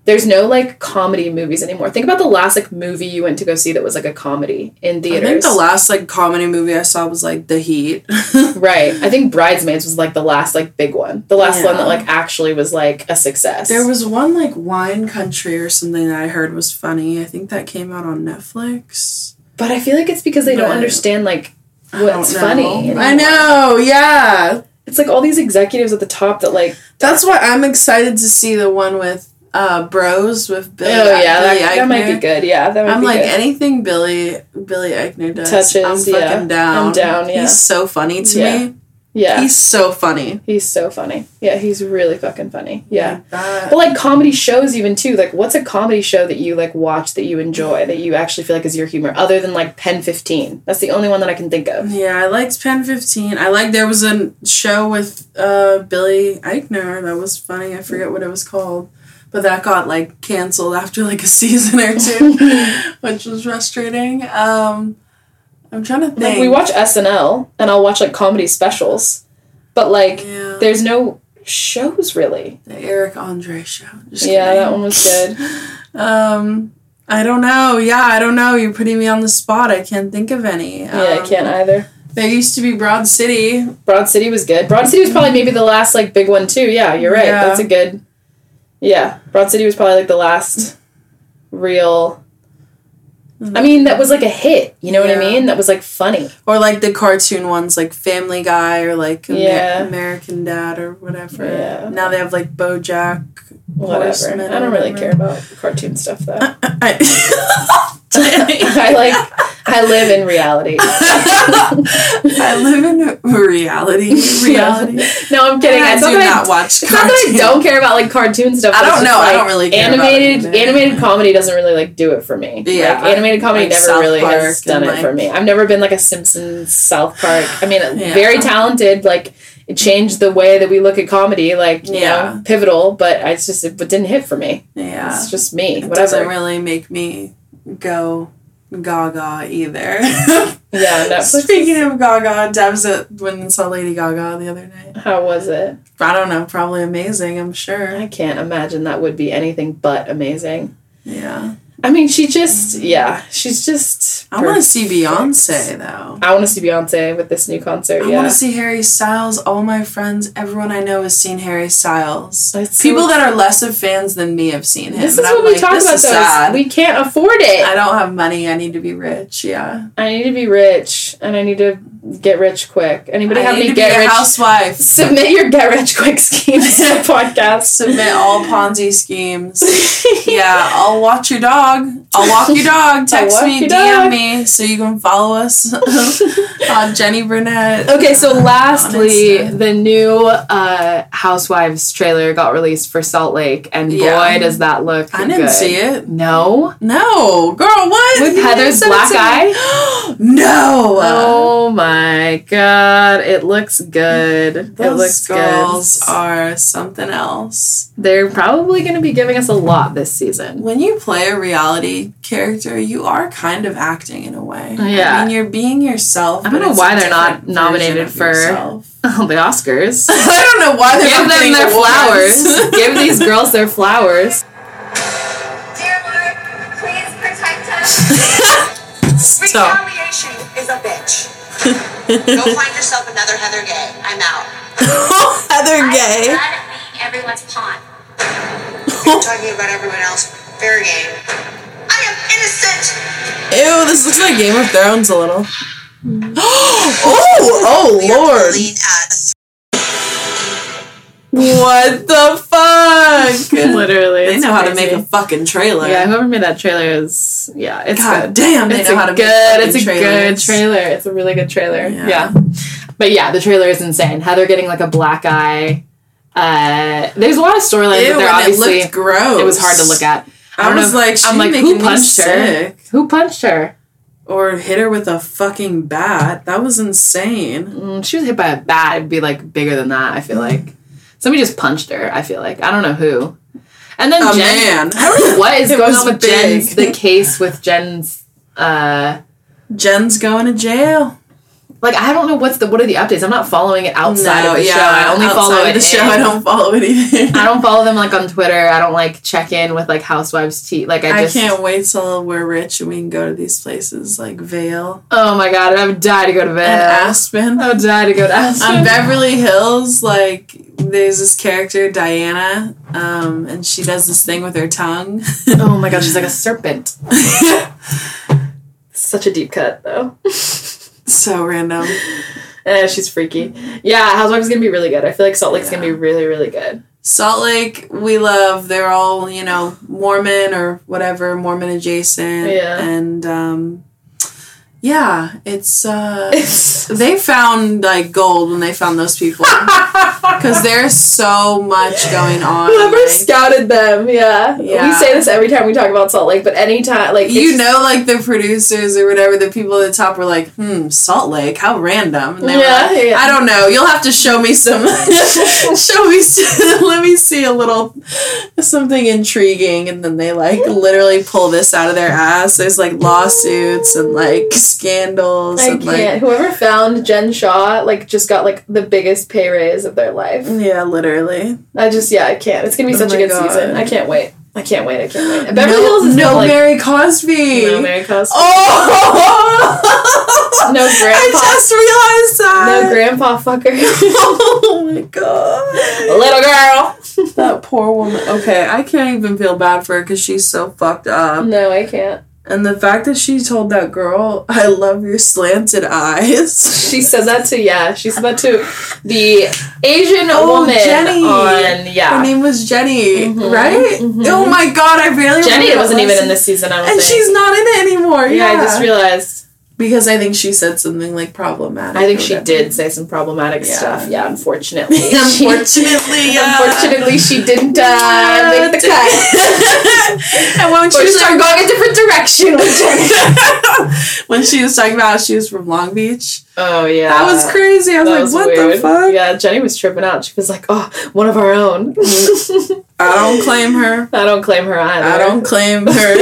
Speaker 2: There's no like comedy movies anymore. Think about the last like movie you went to go see that was like a comedy in
Speaker 1: I
Speaker 2: theaters.
Speaker 1: think the last like comedy movie I saw was like The Heat.
Speaker 2: right. I think Bridesmaids was like the last like big one. The last one
Speaker 1: Yeah.
Speaker 2: that like actually was like a success.
Speaker 1: There was one like wine country or something that I heard was funny. I think that came out on Netflix.
Speaker 2: but I feel like it's because they don't
Speaker 1: Right.
Speaker 2: understand like
Speaker 1: I don't
Speaker 2: what's
Speaker 1: know.
Speaker 2: funny.
Speaker 1: I
Speaker 2: anymore.
Speaker 1: know, yeah.
Speaker 2: It's like all these executives at the top that like
Speaker 1: That's why I'm excited to see the one with uh Bros with Billy.
Speaker 2: oh yeah,
Speaker 1: Billy
Speaker 2: that, that might be
Speaker 1: Eichner.
Speaker 2: good. Yeah, that might
Speaker 1: I'm
Speaker 2: be
Speaker 1: like eh,
Speaker 2: good.
Speaker 1: anything Billy Billy Eichner does.
Speaker 2: Touches,
Speaker 1: I'm fucking
Speaker 2: yeah.
Speaker 1: down.
Speaker 2: I'm down, yeah.
Speaker 1: He's so funny to
Speaker 2: Yeah.
Speaker 1: me.
Speaker 2: yeah.
Speaker 1: He's so funny.
Speaker 2: He's so funny. Yeah, he's really fucking funny. Yeah.
Speaker 1: Like that.
Speaker 2: But like comedy shows even too. Like what's a comedy show that you like watch that you enjoy that you actually feel like is your humor other than like Pen 15. That's the only one that I can think of.
Speaker 1: Yeah, I liked Pen 15. I like there was a show with uh, Billy Eichner that was funny. I forget what it was called. But that got like canceled after like a season or two, which was frustrating. Um, I'm trying to think.
Speaker 2: Like we watch SNL and I'll watch like comedy specials. But like
Speaker 1: yeah,
Speaker 2: there's no shows really.
Speaker 1: the Eric Andre show. Just
Speaker 2: Yeah,
Speaker 1: kidding.
Speaker 2: that one was good.
Speaker 1: Um, I don't know. Yeah, I don't know. You're putting me on the spot. I can't think of any.
Speaker 2: Yeah, I
Speaker 1: Um,
Speaker 2: can't either.
Speaker 1: There used to be Broad City.
Speaker 2: Broad City was good. Broad City was probably maybe the last like big one too. Yeah, you're right.
Speaker 1: Yeah.
Speaker 2: That's a good Yeah. Broad City was probably like the last real I mean, that was like a hit. You know
Speaker 1: Yeah.
Speaker 2: what I mean? That was like funny.
Speaker 1: Or like the cartoon ones, like Family Guy or like Amer-
Speaker 2: Yeah.
Speaker 1: American Dad or whatever.
Speaker 2: Yeah.
Speaker 1: Now they have like BoJack.
Speaker 2: Whatever.
Speaker 1: Horsemen
Speaker 2: I don't
Speaker 1: or
Speaker 2: really
Speaker 1: whatever.
Speaker 2: care about cartoon stuff though. I
Speaker 1: I
Speaker 2: like. I live in reality.
Speaker 1: I live in reality. Reality.
Speaker 2: No, I'm kidding.
Speaker 1: I
Speaker 2: It's
Speaker 1: do
Speaker 2: not that I-
Speaker 1: not watch.
Speaker 2: It's not that I
Speaker 1: cartoons.
Speaker 2: don't care about like cartoon stuff.
Speaker 1: I
Speaker 2: but it's
Speaker 1: don't
Speaker 2: just,
Speaker 1: know. I
Speaker 2: like,
Speaker 1: don't really care about
Speaker 2: animated
Speaker 1: it either.
Speaker 2: animated comedy doesn't really like do it for me.
Speaker 1: Yeah,
Speaker 2: like, animated comedy
Speaker 1: like
Speaker 2: never
Speaker 1: South
Speaker 2: really has
Speaker 1: Park and,
Speaker 2: done it
Speaker 1: like-
Speaker 2: for me. I've never been like a Simpsons South Park. I mean,
Speaker 1: Yeah.
Speaker 2: very talented. Like it changed the way that we look at comedy. Like you
Speaker 1: Yeah.
Speaker 2: know, pivotal. But I just it didn't hit for me.
Speaker 1: Yeah.
Speaker 2: It's just me.
Speaker 1: it
Speaker 2: Whatever.
Speaker 1: doesn't really make me go gaga either.
Speaker 2: yeah. Netflix.
Speaker 1: Speaking of gaga, Debs at- went and saw Lady Gaga the other night.
Speaker 2: How was it?
Speaker 1: I don't know. Probably amazing. I'm sure.
Speaker 2: I can't imagine that would be anything but amazing.
Speaker 1: Yeah.
Speaker 2: I mean, she just, yeah, she's just.
Speaker 1: I want to
Speaker 2: perfect.
Speaker 1: see Beyonce though.
Speaker 2: I want to see Beyonce with this new concert.
Speaker 1: I
Speaker 2: yeah,
Speaker 1: want to see Harry Styles. All my friends, everyone I know has seen Harry Styles.
Speaker 2: It's so-
Speaker 1: People that are less of fans than me have seen him.
Speaker 2: this is
Speaker 1: and I'm
Speaker 2: what we
Speaker 1: like,
Speaker 2: talk
Speaker 1: this
Speaker 2: about. Though
Speaker 1: is
Speaker 2: is
Speaker 1: sad.
Speaker 2: we can't afford it.
Speaker 1: I don't have money. I need to be rich. Yeah.
Speaker 2: I need to be rich, and I need to get rich quick. Anybody
Speaker 1: I
Speaker 2: have
Speaker 1: need
Speaker 2: any
Speaker 1: to be
Speaker 2: get
Speaker 1: a
Speaker 2: rich?
Speaker 1: housewife.
Speaker 2: Submit your get rich quick schemes to the podcast.
Speaker 1: Submit all Ponzi schemes. yeah, I'll watch your dog. I'll walk your dog. Text
Speaker 2: walk
Speaker 1: me, DM
Speaker 2: your dog.
Speaker 1: me, so you can follow us on Jenny Burnett.
Speaker 2: Okay, so
Speaker 1: uh, on
Speaker 2: lastly,
Speaker 1: Insta.
Speaker 2: the new uh, Housewives trailer got released for Salt Lake, and
Speaker 1: Yeah.
Speaker 2: boy, does that look!
Speaker 1: I didn't
Speaker 2: good.
Speaker 1: see it.
Speaker 2: No,
Speaker 1: No, girl, what?
Speaker 2: With
Speaker 1: You didn't
Speaker 2: Heather's
Speaker 1: send it
Speaker 2: black
Speaker 1: to me. no.
Speaker 2: oh my god, it looks good. it
Speaker 1: Those
Speaker 2: looks
Speaker 1: girls
Speaker 2: good.
Speaker 1: are something else.
Speaker 2: They're probably going to be giving us a lot this season.
Speaker 1: When you play a reality character, you are kind of acting in a way.
Speaker 2: Yeah.
Speaker 1: I mean, you're being yourself.
Speaker 2: I don't
Speaker 1: but
Speaker 2: know
Speaker 1: it's
Speaker 2: why
Speaker 1: a
Speaker 2: they're not
Speaker 1: different
Speaker 2: nominated
Speaker 1: version of
Speaker 2: for-
Speaker 1: yourself.
Speaker 2: Oh, the Oscars.
Speaker 1: I don't know why they're
Speaker 2: Give
Speaker 1: not
Speaker 2: them
Speaker 1: getting
Speaker 2: their
Speaker 1: awards.
Speaker 2: flowers. Give these girls their flowers.
Speaker 3: Dear Lord, please protect us.
Speaker 1: So,
Speaker 3: Retaliation is a bitch. Go find yourself another Heather Gay. I'm out.
Speaker 1: Heather Gay.
Speaker 3: I'm glad at being everyone's pawn. You're talking about everyone else. Fair game. I am innocent.
Speaker 1: Ew, this looks like Game of Thrones a little. oh, oh
Speaker 3: We are
Speaker 1: lord.
Speaker 3: pulling at a th-
Speaker 1: What the fuck?
Speaker 2: Literally,
Speaker 1: They
Speaker 2: it's
Speaker 1: know how to make
Speaker 2: crazy.
Speaker 1: a fucking trailer.
Speaker 2: Yeah, whoever made that trailer is yeah, it's
Speaker 1: God
Speaker 2: good.
Speaker 1: damn, they
Speaker 2: it's
Speaker 1: know
Speaker 2: a
Speaker 1: how to make
Speaker 2: good.
Speaker 1: fucking
Speaker 2: It's a
Speaker 1: trailers.
Speaker 2: good trailer. It's a really good trailer.
Speaker 1: Yeah.
Speaker 2: Yeah. but yeah, the trailer is insane. How they're getting like a black eye. Uh, there's a lot of storylines
Speaker 1: Ew,
Speaker 2: that they're
Speaker 1: and it
Speaker 2: obviously.
Speaker 1: looked
Speaker 2: It,
Speaker 1: gross.
Speaker 2: was hard to look at.
Speaker 1: I,
Speaker 2: don't
Speaker 1: was
Speaker 2: know.
Speaker 1: like, she's
Speaker 2: I'm like,
Speaker 1: making
Speaker 2: who
Speaker 1: me
Speaker 2: punched her?
Speaker 1: sick.
Speaker 2: Who punched her?
Speaker 1: Or hit her with a fucking bat. That was insane.
Speaker 2: Mm, she was hit by a bat. It'd be like bigger than that. I feel like somebody just punched her. I feel like I don't know who. And then
Speaker 1: A
Speaker 2: Jen,
Speaker 1: man.
Speaker 2: I don't know what is
Speaker 1: It
Speaker 2: going
Speaker 1: was
Speaker 2: on with
Speaker 1: big.
Speaker 2: Jen's the case with Jen's. Uh,
Speaker 1: Jen's going to jail.
Speaker 2: Like I don't know what's the what are the updates. I'm not following it outside
Speaker 1: No,
Speaker 2: of the show. I only
Speaker 1: outside
Speaker 2: follow
Speaker 1: of
Speaker 2: it
Speaker 1: the show.
Speaker 2: in.
Speaker 1: I don't follow anything.
Speaker 2: I don't follow them like on Twitter. I don't like check in with like Housewives tea. Like I
Speaker 1: I
Speaker 2: just
Speaker 1: can't wait till we're rich and we can go to these places like Vale
Speaker 2: Oh my god, I would die to go to
Speaker 1: and
Speaker 2: bed.
Speaker 1: Aspen.
Speaker 2: I would die to go to Aspen.
Speaker 1: On Beverly Hills, like there's this character Diana, um, and she does this thing with her tongue.
Speaker 2: oh my god, she's like a serpent. Such a deep cut though.
Speaker 1: so random.
Speaker 2: Eh, she's freaky. Yeah, Housewives is gonna be really good. I feel like Salt Lake's gonna be really, really good.
Speaker 1: Salt Lake, we love. They're all you know Mormon or whatever Mormon adjacent.
Speaker 2: Yeah.
Speaker 1: and um, yeah, it's uh,
Speaker 2: It's
Speaker 1: they found like gold when they found those people because there's so much going on.
Speaker 2: Whoever
Speaker 1: like-
Speaker 2: scouted them, yeah. We
Speaker 1: Yeah.
Speaker 2: say this every time we talk about Salt Lake, but anytime like
Speaker 1: you
Speaker 2: it's-
Speaker 1: know, like the producers or whatever, the people at the top were like, "Hmm, Salt Lake, how random." And they
Speaker 2: Yeah,
Speaker 1: were like,
Speaker 2: yeah.
Speaker 1: "I don't know. You'll have to show me some. show me. Some, let me see a little something intriguing." And then they like literally pull this out of their ass. There's like lawsuits and like scandals
Speaker 2: I
Speaker 1: and
Speaker 2: can't. Whoever found Jen Shaw like just got like the biggest pay raise of their life.
Speaker 1: like yeah, literally.
Speaker 2: I just yeah, I can't. It's gonna be
Speaker 1: Oh
Speaker 2: such a
Speaker 1: my
Speaker 2: good season.
Speaker 1: God.
Speaker 2: I can't wait. I can't wait. I can't wait. Beverly
Speaker 1: no,
Speaker 2: Hills is
Speaker 1: no
Speaker 2: no like,
Speaker 1: Mary Oh Cosby.
Speaker 2: no Mary Cosby.
Speaker 1: Oh.
Speaker 2: No
Speaker 1: I
Speaker 2: grandpa.
Speaker 1: just realized that.
Speaker 2: No grandpa fucker.
Speaker 1: oh my god.
Speaker 2: Little girl.
Speaker 1: That poor woman. Okay, I can't even feel bad for her because she's so fucked up.
Speaker 2: No, I can't.
Speaker 1: And the fact that she told that girl, I love your slanted eyes.
Speaker 2: She said that to yeah. She said that to the Asian
Speaker 1: Oh,
Speaker 2: woman
Speaker 1: Jenny.
Speaker 2: on
Speaker 1: Her
Speaker 2: yeah. Mm-hmm.
Speaker 1: name was Jenny, right? Oh my god, I barely
Speaker 2: Jenny
Speaker 1: remember that
Speaker 2: wasn't even
Speaker 1: lesson.
Speaker 2: in this season. I don't
Speaker 1: And
Speaker 2: think.
Speaker 1: she's not in it anymore.
Speaker 2: yeah,
Speaker 1: Yeah,
Speaker 2: I just realized.
Speaker 1: because I think she said something like problematic.
Speaker 2: I think
Speaker 1: or
Speaker 2: she
Speaker 1: whatever.
Speaker 2: did say some problematic
Speaker 1: Yeah.
Speaker 2: stuff. Yeah, unfortunately. She-
Speaker 1: Unfortunately, yeah.
Speaker 2: Unfortunately, she didn't uh,
Speaker 1: Yeah,
Speaker 2: make the
Speaker 1: did-
Speaker 2: cut.
Speaker 1: and when she
Speaker 2: Or
Speaker 1: was talking,
Speaker 2: start going a different direction. with Jenny.
Speaker 1: when she was talking about how she was from Long Beach,
Speaker 2: oh yeah,
Speaker 1: that was crazy. I was
Speaker 2: That
Speaker 1: like,
Speaker 2: was
Speaker 1: what the
Speaker 2: weird.
Speaker 1: fuck?
Speaker 2: Yeah, Jenny was tripping out. She was like, "Oh, one of our own."
Speaker 1: I don't claim her.
Speaker 2: I don't claim her either.
Speaker 1: I don't claim her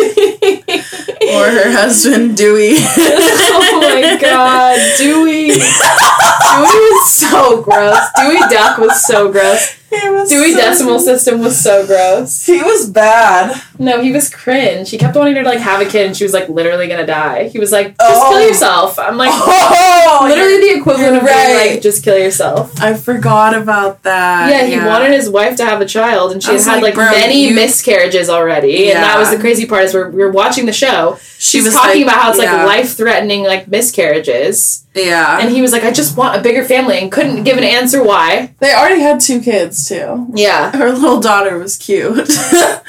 Speaker 1: or her husband Dewey.
Speaker 2: oh my god, Dewey. Dewey was so gross. Dewey Duck was so gross.
Speaker 1: He was
Speaker 2: Dewey
Speaker 1: so-
Speaker 2: Decimal System was so gross.
Speaker 1: He was bad.
Speaker 2: No, he was cringe. He kept wanting her to like have a kid, and she was like literally gonna die. He was like, just
Speaker 1: Oh.
Speaker 2: kill yourself. I'm like,
Speaker 1: oh,
Speaker 2: literally the equivalent of being
Speaker 1: right.
Speaker 2: like, just kill yourself.
Speaker 1: I forgot about that.
Speaker 2: yeah, he wanted his wife to have a child, and she
Speaker 1: I
Speaker 2: had
Speaker 1: was
Speaker 2: had like,
Speaker 1: like, bro,
Speaker 2: many
Speaker 1: you-
Speaker 2: miscarriages already. And that
Speaker 1: Yeah.
Speaker 2: was the crazy part is we're, we were watching the show.
Speaker 1: She
Speaker 2: She's
Speaker 1: was
Speaker 2: talking
Speaker 1: like-
Speaker 2: about how it's
Speaker 1: yeah.
Speaker 2: like life threatening like miscarriages,
Speaker 1: Yeah,
Speaker 2: and he was like, I just want a bigger family, and couldn't give an answer why.
Speaker 1: they already had two kids too.
Speaker 2: Yeah,
Speaker 1: Her little daughter was cute. her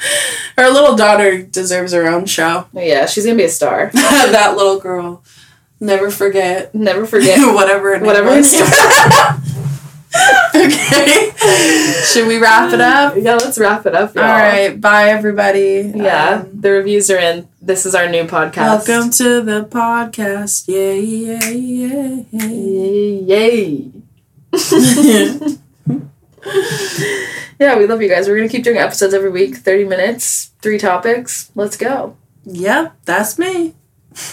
Speaker 1: little daughter deserves her own show.
Speaker 2: yeah, she's gonna be a star.
Speaker 1: that little girl, never forget
Speaker 2: Never forget.
Speaker 1: whatever. Her name
Speaker 2: Whatever her
Speaker 1: was.
Speaker 2: name
Speaker 1: okay, should we wrap it up?
Speaker 2: Yeah, let's wrap it up. Y'all.
Speaker 1: All right, bye everybody.
Speaker 2: Yeah,
Speaker 1: Um,
Speaker 2: the reviews are in. This is our new podcast.
Speaker 1: welcome to the podcast. Yeah, yeah, yeah.
Speaker 2: Yay. yeah, we love you guys. We're going to keep doing episodes every week 30 minutes, three topics. Let's go.
Speaker 1: Yep, that's me.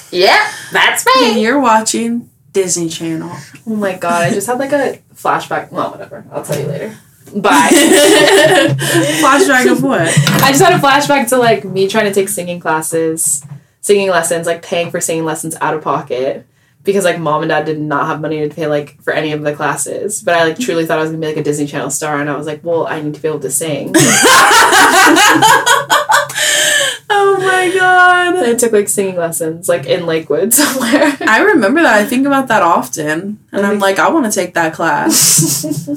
Speaker 2: Yeah, that's
Speaker 1: And you're watching Disney Channel.
Speaker 2: Oh my god, I just had like a flashback. Well, whatever. I'll tell you later. Bye.
Speaker 1: Flashback of what?
Speaker 2: I just had a flashback to like me trying to take singing classes, singing lessons, like paying for singing lessons out of pocket because like mom and dad did not have money to pay like for any of the classes. But I like truly thought I was gonna be like a Disney Channel star, and I was like, well, I need to be able to sing.
Speaker 1: oh my
Speaker 2: and
Speaker 1: god.
Speaker 2: I took like singing lessons like in Lakewood somewhere.
Speaker 1: I remember that. I think about that often. And I'm like, I want to take that class.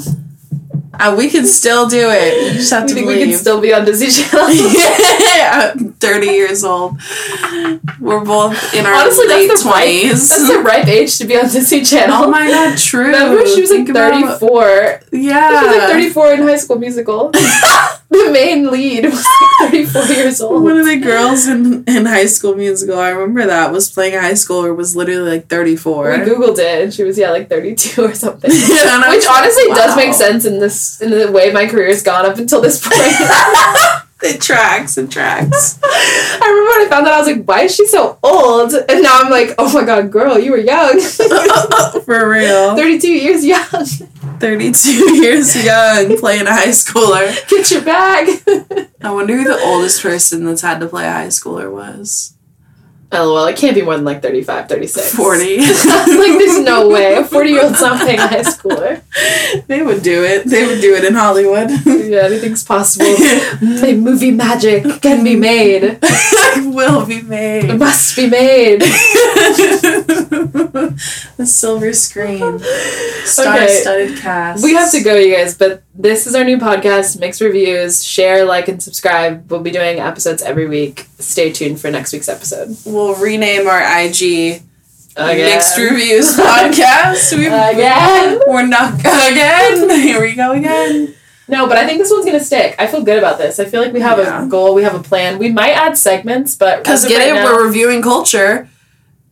Speaker 1: Uh, we can still do it. You just have
Speaker 2: you
Speaker 1: to
Speaker 2: think we
Speaker 1: believe.
Speaker 2: can still be on Disney Channel?
Speaker 1: yeah, I'm 30 years old. We're both in our
Speaker 2: Honestly,
Speaker 1: late
Speaker 2: that's the ripe,
Speaker 1: 20s.
Speaker 2: that's the ripe age to be on Disney Channel.
Speaker 1: oh my god, true.
Speaker 2: Remember, she was like
Speaker 1: Think about-
Speaker 2: 34.
Speaker 1: Yeah.
Speaker 2: She was like 34 in High School Musical. the main lead was like 34 years old.
Speaker 1: One of the girls in, in High School Musical, I remember that, was playing high school or was literally like
Speaker 2: We
Speaker 1: 34.
Speaker 2: googled it, and she was yeah like 32 or something. Which
Speaker 1: And I was like,
Speaker 2: honestly does
Speaker 1: wow.
Speaker 2: make sense in this in the way my career's gone up until this point.
Speaker 1: It tracks, it tracks.
Speaker 2: I remember when I found that I was like, why is she so old? And now I'm like, oh my god, girl, you were young.
Speaker 1: For real.
Speaker 2: 32 years young.
Speaker 1: 32 years young playing a high schooler.
Speaker 2: Get your bag.
Speaker 1: I wonder who the oldest person that's had to play a high schooler was.
Speaker 2: LOL, it can't be more than like 35, 36.
Speaker 1: 40.
Speaker 2: like, there's no way. A 40 year old's not playing high schooler.
Speaker 1: They would do it. They would do it in Hollywood.
Speaker 2: Yeah, anything's possible. May movie magic can be made.
Speaker 1: Will be
Speaker 2: It
Speaker 1: made.
Speaker 2: must be made.
Speaker 1: the silver screen. Star-studded cast.
Speaker 2: We have to go, you guys, but this is our new podcast. Mix reviews, share, like, and subscribe. We'll be doing episodes every week. Stay tuned for next week's episode.
Speaker 1: We'll rename our IG
Speaker 2: Again.
Speaker 1: Mixed Reviews Podcast. We,
Speaker 2: Again.
Speaker 1: We're not again. Here we go again.
Speaker 2: No, but I think this one's gonna stick. I feel good about this. I feel like we have
Speaker 1: Yeah.
Speaker 2: a goal, we have a plan. We might add segments, but
Speaker 1: Because
Speaker 2: as of
Speaker 1: get
Speaker 2: right
Speaker 1: it,
Speaker 2: now-
Speaker 1: we're reviewing culture,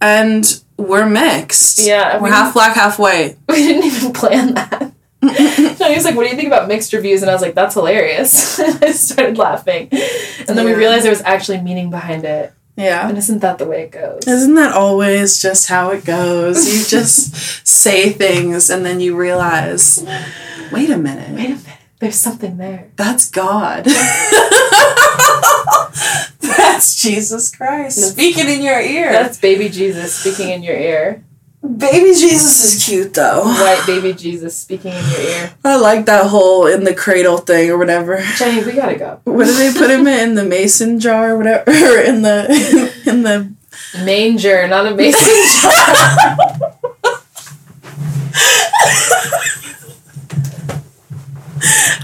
Speaker 1: and we're mixed.
Speaker 2: yeah,
Speaker 1: We're
Speaker 2: we,
Speaker 1: half black, half white.
Speaker 2: we didn't even plan that. No, he was like, "What do you think about mixed reviews?" And I was like, "That's hilarious." I started laughing, and then we
Speaker 1: Yeah.
Speaker 2: realized there was actually meaning behind it.
Speaker 1: Yeah.
Speaker 2: And isn't that the way it goes?
Speaker 1: Isn't that always just how it goes? You just say things and then you realize, wait a
Speaker 2: Wait
Speaker 1: minute,
Speaker 2: a minute, there's something there.
Speaker 1: that's God. that's Jesus Christ
Speaker 2: That's-
Speaker 1: speaking in your ear.
Speaker 2: That's baby Jesus speaking in your ear.
Speaker 1: Baby Jesus is cute though.
Speaker 2: White baby Jesus speaking in your ear.
Speaker 1: I like that whole in the cradle thing or whatever.
Speaker 2: Jenny, we gotta go.
Speaker 1: What do they put him in? In the mason jar or whatever? Or in the in the
Speaker 2: Manger, not a mason jar.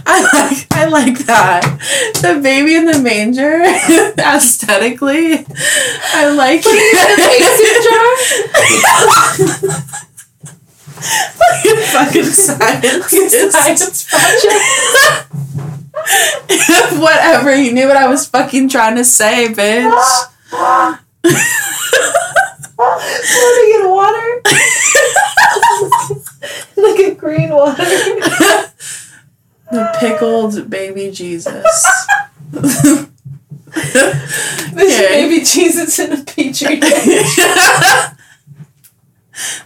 Speaker 1: I like I like that. The baby in the manger aesthetically. I like it.
Speaker 2: it
Speaker 1: You're fucking scientist.
Speaker 2: Science project.
Speaker 1: Whatever, you knew what I was fucking trying to say, bitch.
Speaker 2: Floating in water. like a green water.
Speaker 1: the pickled baby Jesus.
Speaker 2: There's
Speaker 1: Okay.
Speaker 2: baby Jesus in a petri dish.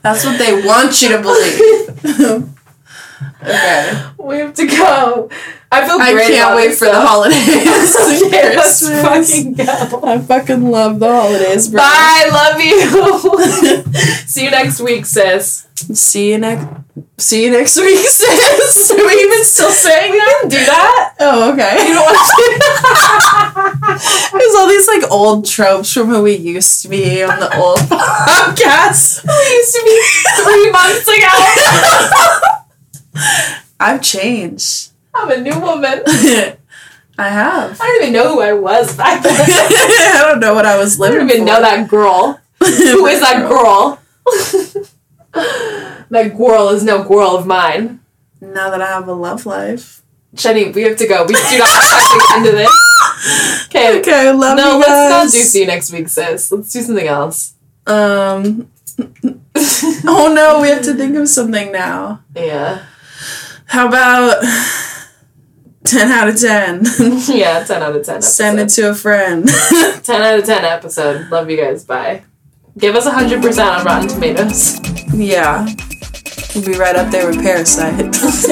Speaker 1: That's what they want you to believe. okay.
Speaker 2: We have to go. I I feel
Speaker 1: I
Speaker 2: great
Speaker 1: can't
Speaker 2: about
Speaker 1: wait for the
Speaker 2: myself.
Speaker 1: holidays. and
Speaker 2: Yeah, let's
Speaker 1: Christmas.
Speaker 2: fucking go.
Speaker 1: I fucking love the holidays, bro.
Speaker 2: Bye, love you. See you next week, sis.
Speaker 1: See you next. See you next week, sis.
Speaker 2: Are we even still saying that? Do that?
Speaker 1: Oh, okay. You don't want to. There's all these like old tropes from who we used to be on the old podcast.
Speaker 2: We used to be three months ago.
Speaker 1: I've changed.
Speaker 2: I'm a new woman.
Speaker 1: I have.
Speaker 2: I don't even know who I was back then. I
Speaker 1: I don't know what I was living.
Speaker 2: don't even
Speaker 1: for.
Speaker 2: know that girl. Who is that girl? that girl is no girl of mine.
Speaker 1: Now that I have a love life.
Speaker 2: Jenny, we have to go. We do not have to end this. Okay.
Speaker 1: Okay, love
Speaker 2: No,
Speaker 1: you
Speaker 2: let's
Speaker 1: guys.
Speaker 2: not do see you next week, sis. Let's do something else.
Speaker 1: Um. Oh no, we have to think of something now.
Speaker 2: yeah.
Speaker 1: How about ten out of ten?
Speaker 2: Yeah, 10 out of 10. Episode.
Speaker 1: Send it to a friend.
Speaker 2: 10 out of 10 episode. Love you guys. Bye. Give us 100% on Rotten Tomatoes.
Speaker 1: yeah, we'll be right up there with Parasite.